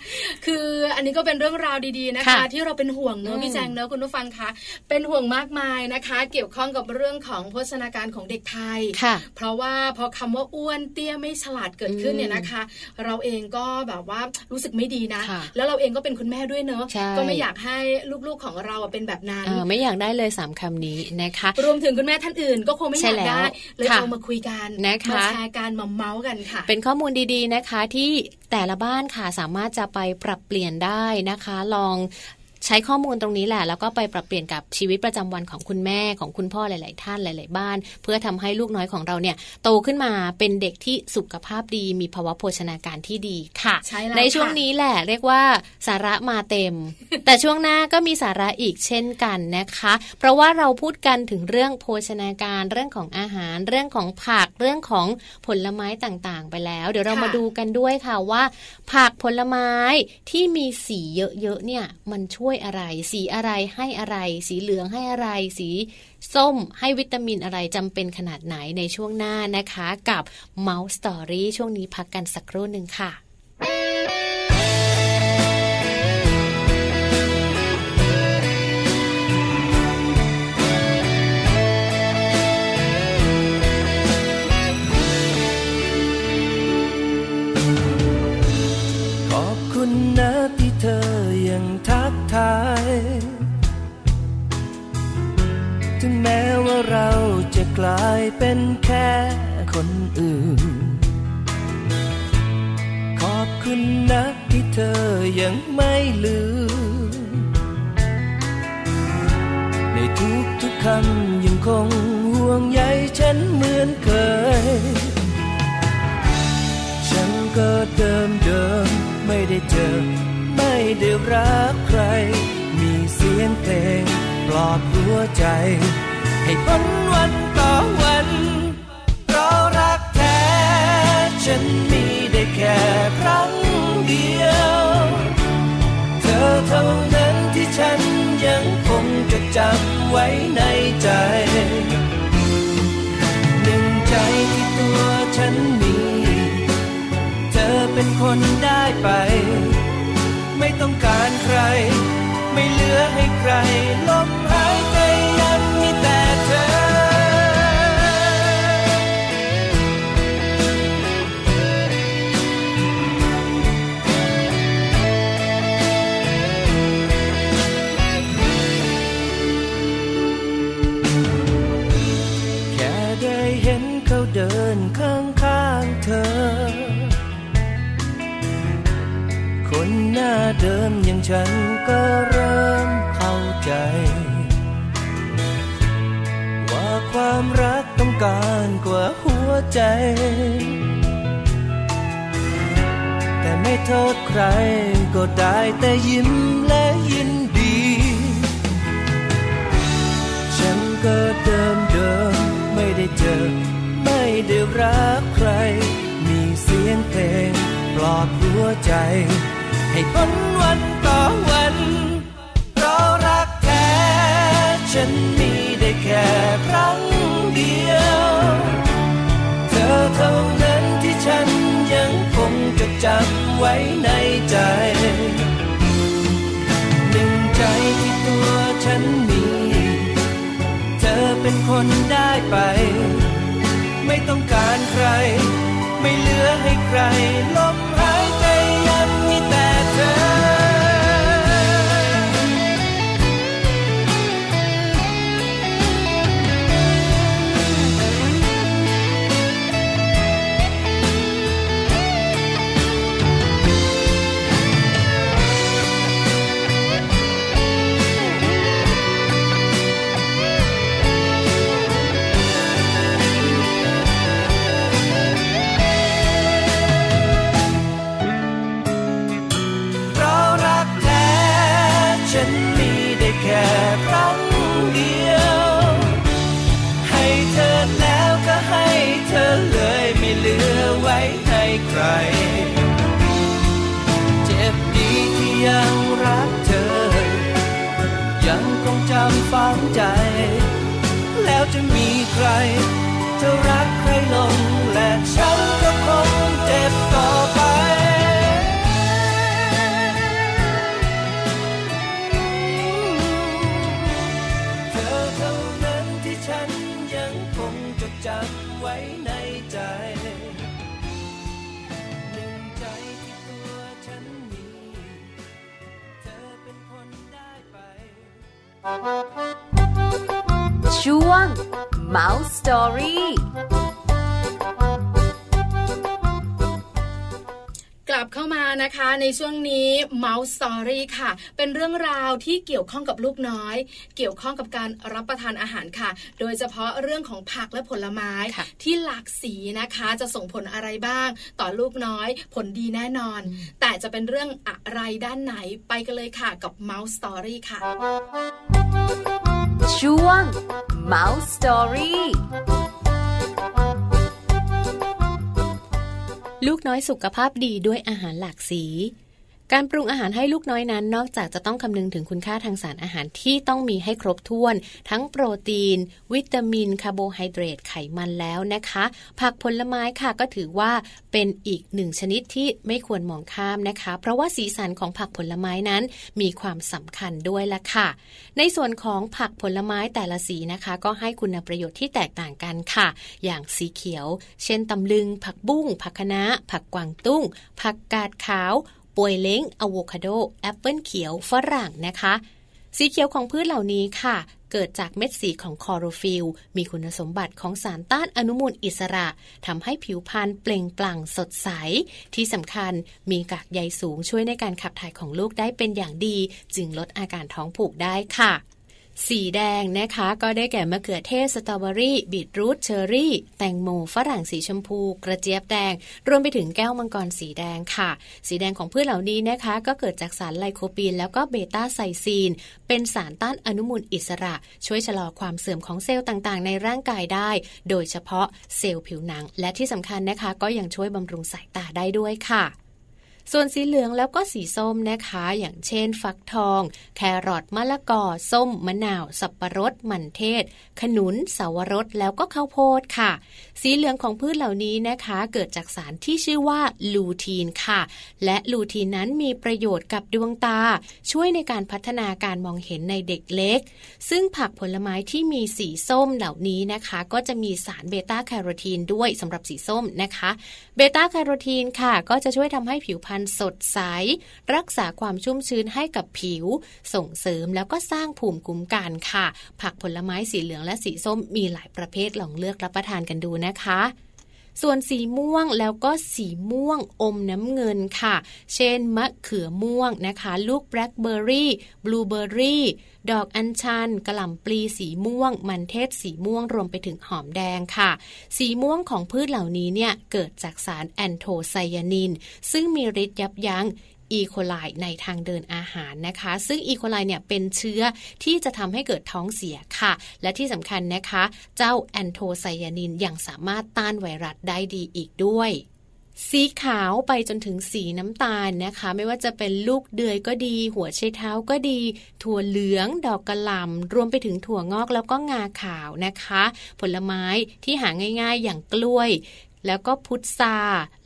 คืออันนี้ก็เป็นเรื่องราวดีๆนะคะ
ค่ะ
ที่เราเป็นห่วงเนอะ
อืม
พี่แจงเนอะคุณผู้ฟังคะเป็นห่วงมากมายนะคะ เกี่ยวข้องกับเรื่องของโภชนาการของเด็กไทย
ค่ะ
เพราะว่าพอคำว่าอ้วนเตี้ยไม่ฉลาดเกิดขึ้นเนี่ยนะคะ เราเองก็แบบว่ารู้สึกไม่ดีนะ
ค่ะ
แล้วเราเองก็เป็นคุณแม่ด้วยเนอะ
ใช่
ก็ไม่อยากให้ลูกๆของเราอะเป็นแบบนั้น
เออไม่อยากได้เลยสามคำนี้นะคะ
รวมถึงคุณแม่ท่านอื่นก็คงไม่อ
ใช่
ยาก
แล้ว
ได้ เลย
ค่ะ
เอามาคุยกัน
นะคะ
มาแชร์กันมาเมาส์กันค่ะ
เป็นข้อมูลดีๆนะคะที่แต่ละบ้านค่ะสามารถจะไปปรับเปลี่ยนได้นะคะ ลองใช้ข้อมูลตรงนี้แหละ แล้วก็ไปปรับเปลี่ยนกับชีวิตประจำวันของคุณแม่ของคุณพ่อหลาย ๆ ท่านหลาย ๆ บ้าน เพื่อทำให้ลูกน้อยของเราเนี่ย โตขึ้นมาเป็นเด็กที่สุขภาพดี มีภาวะโภชนาการที่ดีค่ะ
ใช่แล้ว
ในช่วง
ค่ะ
นี้แหละเรียกว่าสาระมาเต็ม แต่ช่วงหน้าก็มีสาระอีกเช่นกันนะคะ เพราะว่าเราพูดกันถึงเรื่องโภชนาการ เรื่องของอาหาร เรื่องของผัก เรื่องของผลไม้ต่างๆ ไปแล้ว เดี๋ยวเรา
ค่ะ
มาดูกันด้วยค่ะว่า ผักผลไม้ที่มีสีเยอะๆเนี่ย มันช่วยอะไร สีอะไรให้อะไร สีเหลืองให้อะไร สีส้มให้วิตามินอะไรจำเป็นขนาดไหนในช่วงหน้านะคะ กับ Mouse Story ช่วงนี้พักกันสักครู่หนึ่งค่ะ
ม แม้ว่าเราจะกลายเป็นแค่คนอื่น ขอบคุณนะที่เธอยังไม่ลืม ในทุกทุกๆคำยังคงห่วงใยฉันเหมือนเคย ฉันก็เดิมเดิมๆไม่ได้เจอ ไม่ได้รักใคร มีเสียงเพลง ปลอบหัวใจ ให้พ้นวันต่อวันเพราะรักแท้ ฉันมีได้แค่ครั้งเดียว เธอเท่านั้นที่ฉันยังคงจะจำไว้ในใจ หนึ่งใจที่ตัวฉันมี เธอเป็นคนได้ไป ไม่ต้องการใคร ไม่เหลือให้ใคร ลมหายใจยังมีแต่เธอ แค่ได้เห็นเขาเดินข้างข้างๆเธอ คนหน้าเดิมอย่างฉันก็เริ่มเข้าใจ ว่าความรักต้องการกว่าหัวใจ แต่ไม่โทษใครก็ได้แต่ยิ้มและยินดี ฉันก็เดิมเดิมๆไม่ได้เจอ ไม่ได้รักใคร มีเสียงเพลง ปลอบหัวใจ ให้พ้นวันต่อวัน เพราะรักแท้ ฉันมีได้แค่ครั้งเดียว เธอเท่านั้นที่ฉันยังคงจดจำไว้ในใจ หนึ่งใจที่ตัวฉันมี เธอเป็นคนได้ไป ไม่ต้องการใคร ไม่เหลือให้ใคร ลมหายใจยังมีแต่เธอ เพราะรักแท้ฉันมีได้แค่ครั้งเดียว ให้เธอแล้วก็ให้เธอเลยไม่เหลือไว้ให้ใคร เจ็บดีที่ยังรักเธอ ยังคงจำฝังใจ แล้วจะมีใคร จะรักใครลง และฉันก็คงเจ็บต่อไป เธอเท่านั้นที่ฉันยังคงจดจำไว้ในใจ หนึ่งใจที่ตัวฉันมี เธอเป็นคนได้ไป
ช่วง Mouse Story
กลับเข้ามานะคะในช่วงนี้ Mouse Story ค่ะ เป็นเรื่องราวที่เกี่ยวข้องกับลูกน้อย เกี่ยวข้องกับการรับประทานอาหารค่ะ โดยเฉพาะเรื่องของผักและผลไม้
ค่ะ
ที่หลากสีนะคะจะส่งผลอะไรบ้าง ต่อลูกน้อย ผลดีแน่นอน แต่จะเป็นเรื่องอะไรด้านไหนไปกันเลยค่ะกับ Mouse Story ค่ะ
ช่วง Mouse Story
ลูกน้อยสุขภาพดีด้วยอาหารหลากสี การปรุงอาหารให้ลูกน้อยนั้น นอกจากจะต้องคำนึงถึงคุณค่าทางสารอาหารที่ต้องมีให้ครบถ้วน ทั้งโปรตีน วิตามิน คาร์โบไฮเดรตไขมันแล้วนะคะ ผักผลไม้ค่ะก็ถือว่าเป็นอีกหนึ่งชนิดที่ไม่ควรมองข้ามนะคะ เพราะว่าสีสันของผักผลไม้นั้นมีความสำคัญด้วยละค่ะ ในส่วนของผักผลไม้แต่ละสีนะคะ ก็ให้คุณประโยชน์ที่แตกต่างกันค่ะ อย่างสีเขียว เช่นตำลึง ผักบุ้ง ผักคะน้า ผักกวางตุ้ง ผักกาดขาว ป่วยเล้งอะโวคาโด แอปเปิลเขียว ฝรั่งนะคะ สีเขียวของพืชเหล่านี้ค่ะ เกิดจากเม็ดสีของคลอโรฟิลล์มีคุณสมบัติของสารต้านอนุมูลอิสระทำให้ผิวพรรณเปล่งปลั่งสดใส ที่สำคัญมีกากใยสูงช่วยในการขับถ่ายของลูกได้เป็นอย่างดี จึงลดอาการท้องผูกได้ค่ะ สีแดงนะคะก็ได้แก่มะเขือเทศสตรอเบอรี่บีทรูทเชอร์รี่ แตงโมฝรั่งสีชมพู กระเจี๊ยบแดง รวมไปถึงแก้วมังกรสีแดงค่ะ สีแดงของพืชเหล่านี้นะคะ ก็เกิดจากสารไลโคปีน แล้วก็เบต้าไซซีน เป็นสารต้านอนุมูลอิสระ ช่วยชะลอความเสื่อมของเซลล์ต่างๆ ในร่างกายได้ โดยเฉพาะเซลล์ผิวหนัง และที่สำคัญนะคะ ก็ยังช่วยบำรุงสายตาได้ด้วยค่ะ ส่วนสีเหลืองแล้วก็สีส้มนะคะ อย่างเช่น ฟักทอง แครอทมะละกอ ส้ม มะนาว สับปะรด มันเทศ ขนุนเสาวรส แล้วก็ข้าวโพดค่ะ สีเหลืองของพืชเหล่านี้นะคะ เกิดจากสารที่ชื่อว่าลูทีนค่ะ และลูทีนนั้นมีประโยชน์กับดวงตา ช่วยในการพัฒนาการมองเห็นในเด็กเล็ก ซึ่งผักผลไม้ที่มีสีส้มเหล่านี้นะคะ ก็จะมีสารเบต้าแคโรทีนด้วยสำหรับสีส้มนะคะ เบต้าแคโรทีนค่ะ ก็จะช่วยทำให้ผิวพรรณสดใส รักษาความชุ่มชื้นให้กับผิว ส่งเสริมแล้วก็สร้างภูมิคุ้มกันค่ะ ผักผลไม้สีเหลืองและสีส้มมีหลายประเภทลองเลือกรับประทานกันดูนะคะ ส่วนสีม่วงแล้วก็สีม่วงอมน้ำเงินค่ะ เช่น มะเขือม่วงนะคะ ลูกแบล็คเบอร์รี่ บลูเบอร์รี่ ดอกอัญชันกระหล่ำปลีสีม่วง มันเทศสีม่วงรวมไปถึงหอมแดงค่ะ สีม่วงของพืชเหล่านี้เนี่ยเกิดจากสารแอนโทไซยานิน ซึ่งมีฤทธิ์ยับยั้งอีโคไลในทางเดินอาหารนะคะ ซึ่งอีโคไลเนี่ยเป็นเชื้อที่จะทำให้เกิดท้องเสียค่ะ และที่สำคัญนะคะ เจ้าแอนโทไซยานินยังสามารถต้านไวรัสได้ดีอีกด้วย สีขาวไปจนถึงสีน้ำตาลนะคะ ไม่ว่าจะเป็นลูกเดือยก็ดี หัวไชเท้าก็ดี ถั่วเหลืองดอกกระหล่ำรวมไปถึงถั่วงอกแล้วก็งาขาวนะคะ ผลไม้ที่หาง่ายๆอย่างกล้วย แล้วก็พุทรา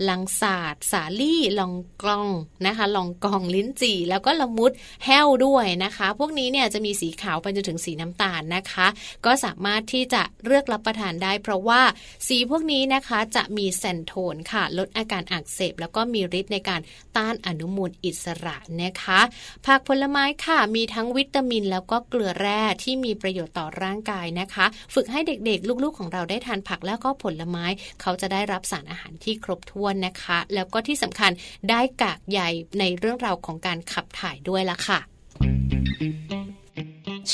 ลังสาด สาลี่ลองกลองนะคะ ลองกองลิ้นจี่ แล้วก็ละมุดแห้วด้วยนะคะ พวกนี้เนี่ยจะมีสีขาวไปจนถึงสีน้ำตาลนะคะ ก็สามารถที่จะเลือกรับประทานได้ เพราะว่าสีพวกนี้นะคะจะมีแซนโทนค่ะ ลดอาการอักเสบ แล้วก็มีฤทธิ์ในการต้านอนุมูลอิสระนะคะ ผักผลไม้ค่ะมีทั้งวิตามิน แล้วก็เกลือแร่ที่มีประโยชน์ต่อร่างกายนะคะ ฝึกให้เด็กๆ ลูกๆของเราได้ทานผักแล้วก็ผลไม้ เขาจะได้รับสารอาหารที่ครบถ้วนนะคะ แล้วก็ที่สำคัญได้กากใยในเรื่องราวของการขับถ่ายด้วยละค่ะ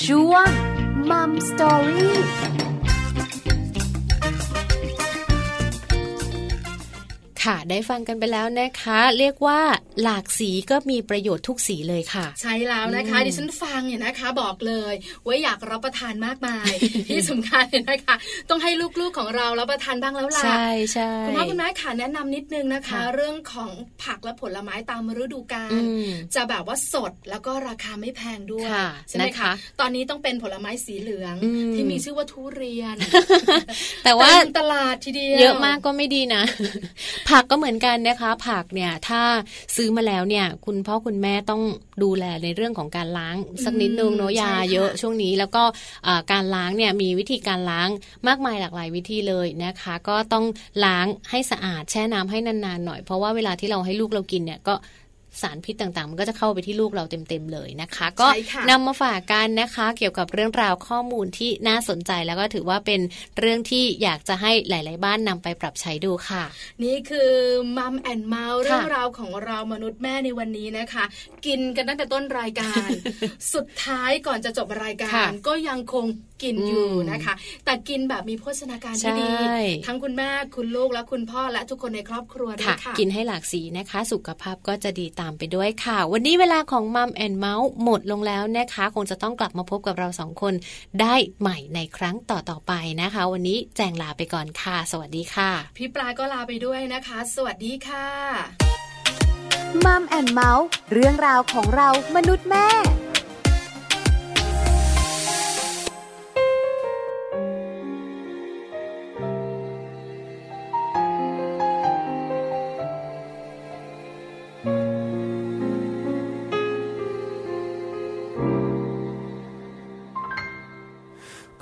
ช่วงมัมสตอรี่
ค่ะ ได้ฟังกันไปแล้วนะคะ เรียกว่าหลากสีก็มีประโยชน์ทุกสีเลยค่ะ
ใช่แล้วนะคะ ดิฉันฟังเนี่ยนะคะ บอกเลยว่าอยากรับประทานมากมาย ที่สำคัญเนี่ยนะคะ ต้องให้ลูกๆของเรารับประทานบ้างแล้วล่ะ
ใช่ใช่
คุณพ่อคุณแม่ค่ะแนะนำนิดนึงนะคะ
ค่ะ
เรื่องของผักและผลไม้ตามฤดูกาล
อืม
จะแบบว่าสดแล้วก็ราคาไม่แพงด้วย
ค่ะ
ใช่ไหม
นะคะ
คะ ตอนนี้ต้องเป็นผลไม้สีเหลือง
อืม
ที่มีชื่อว่าทุเรียน
แต่ว่า
เต็มตลาดทีเดียว
เยอะมากก็ไม่ดีนะ ผักก็เหมือนกันนะคะ ผักเนี่ยถ้าซื้อมาแล้วเนี่ย คุณพ่อคุณแม่ต้องดูแลในเรื่องของการล้างสักนิดนึงเนอะยา
ใช่ค่ะ
เยอะช่วงนี้แล้วก็เอ่อการล้างเนี่ยมีวิธีการล้างมากมายหลากหลายวิธีเลยนะคะ ก็ต้องล้างให้สะอาดแช่น้ำให้นานๆหน่อยเพราะว่าเวลาที่เราให้ลูกเรากินเนี่ยก็สารพิษต่างๆ มันก็จะเข้าไปที่ลูกเราเต็มๆเลยนะคะ ก็
ใช่ค่ะ
นำมาฝากกันนะคะ เกี่ยวกับเรื่องราวข้อมูลที่น่าสนใจแล้วก็ถือว่าเป็นเรื่องที่อยากจะให้หลาย ๆ บ้านนำไปปรับใช้ดูค่ะ
นี่คือมัมแอนเมาส์
ค่ะ
เรื่องราวของเรามนุษย์แม่ในวันนี้นะคะ กินกันตั้งแต่ต้นรายการ สุดท้ายก่อนจะจบรายกา
ค่ะ
ร ก็ยังคงกินอยู่
อืม
นะคะ แต่กินแบบมีโภชนาการที่ดี
ใช่
ทั้งคุณแม่คุณลูกและคุณพ่อและทุกคนในครอบครัวด้วยค่ะ
กินให้หลากสีนะคะ สุขภาพก็จะดีตามไปด้วยค่ะ วันนี้เวลาของมัมแอนเมาส์หมดลงแล้วนะคะ คงจะต้องกลับมาพบกับเราสองคนได้ใหม่ในครั้งต่อ ๆ ไปนะคะ วันนี้แจงลาไปก่อนค่ะ สวัสดีค่ะ
พี่ปลาก็ลาไปด้วยนะคะ สวัสดีค่ะ
มัมแอนเมาส์เรื่องราวของเรามนุษย์แม่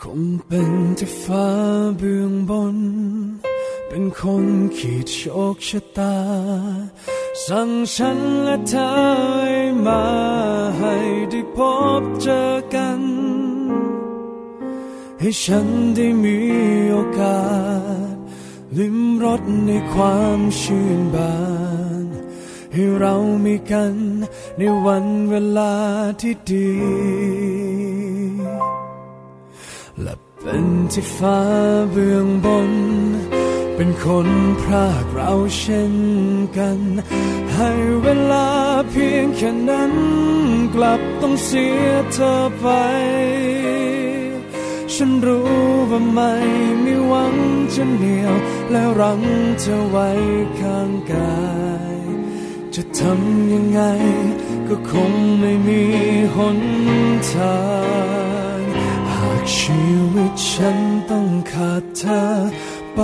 คงเป็นเจะฟ้าเบื้องบน เป็นคนขีดโชคชะตา สั่งฉันและเธอให้มาให้ได้พ พบเจอกัน ให้ฉันได้มีโอกาส ลิ้มรสในความชื่นบาน ให้เรามีกันในวันเวลาที่ดี และเป็นที่ฟ้าเบื้องบน เป็นคนพรากเราเช่นกัน ให้เวลาเพียงแค่นั้น กลับต้องเสียเธอไป ฉันรู้ว่าไม่มีหวังจะเหนียว และรั้งเธอไว้ข้างกาย จะทำยังไง ก็คงไม่มีหนทาง หากชีวิตฉันต้องขาดเธอไป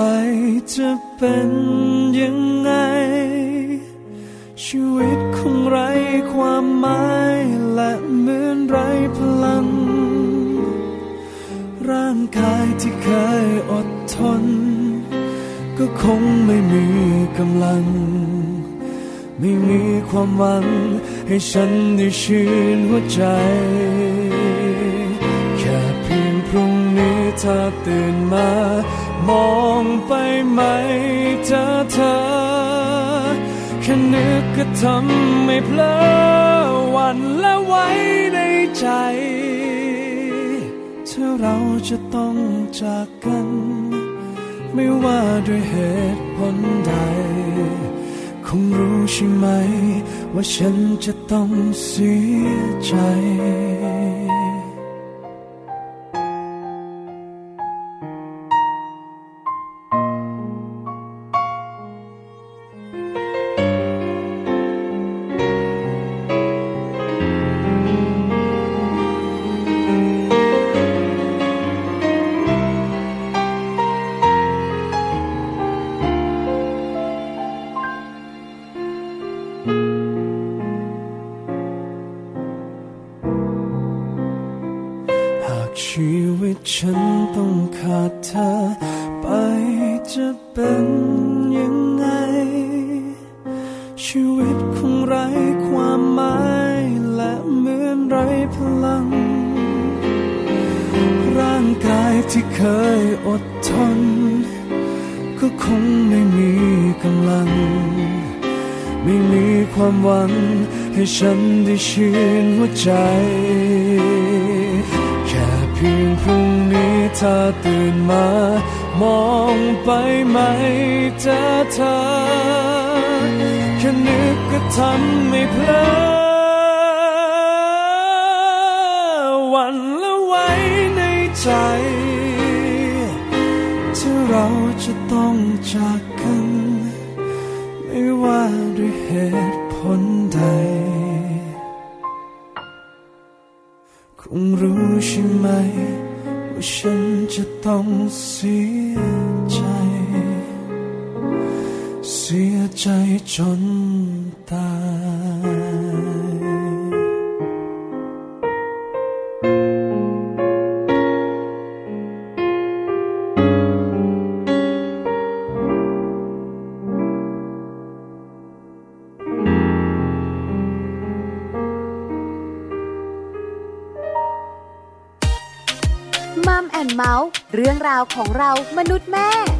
จะเป็นยังไง ชีวิตคงไร้ความหมายและเหมือนไร้พลัง ร่างกายที่เคยอดทน ก็คงไม่มีกำลัง ไม่มีความหวัง ให้ฉันได้ชื่นหัวใจ แค่เพียงพรุ่งนี้เธอตื่นมา มองไปไหมเธอเธอแค่นึกก็ทำไม่เพลอหวันและไว้ในใจ ถ้าเราจะต้องจากกัน ไม่ว่าด้วยเหตุผลใด คงรู้ใช่ไหม ว่าฉันจะต้องเสียใจ หากชีวิตฉันต้องขาดเธอ ไปจะเป็นยังไง ชีวิตคงไร้ความหมายและเหมือนไร้พลัง ร่างกายที่เคยอดทน ก็คงไม่มีกำลัง ไม่มีความหวัง ให้ฉันได้ชื่นหัวใจ แค่เพียงพรุ่งนี้เธอตื่นมา มองไปไหมเจอเธอแค่นึกก็ทำไม่เพลอหวันละไว้ในใจ ถ้าเราจะต้องจากกัน ไม่ว่าด้วยเหตุผลใด คงรู้ใช่ไหม ว่าฉันจะต้องเสียใจ เสียใจจนตาย
มัมแอนเมาส์เรื่องราวของเรามนุษย์แม่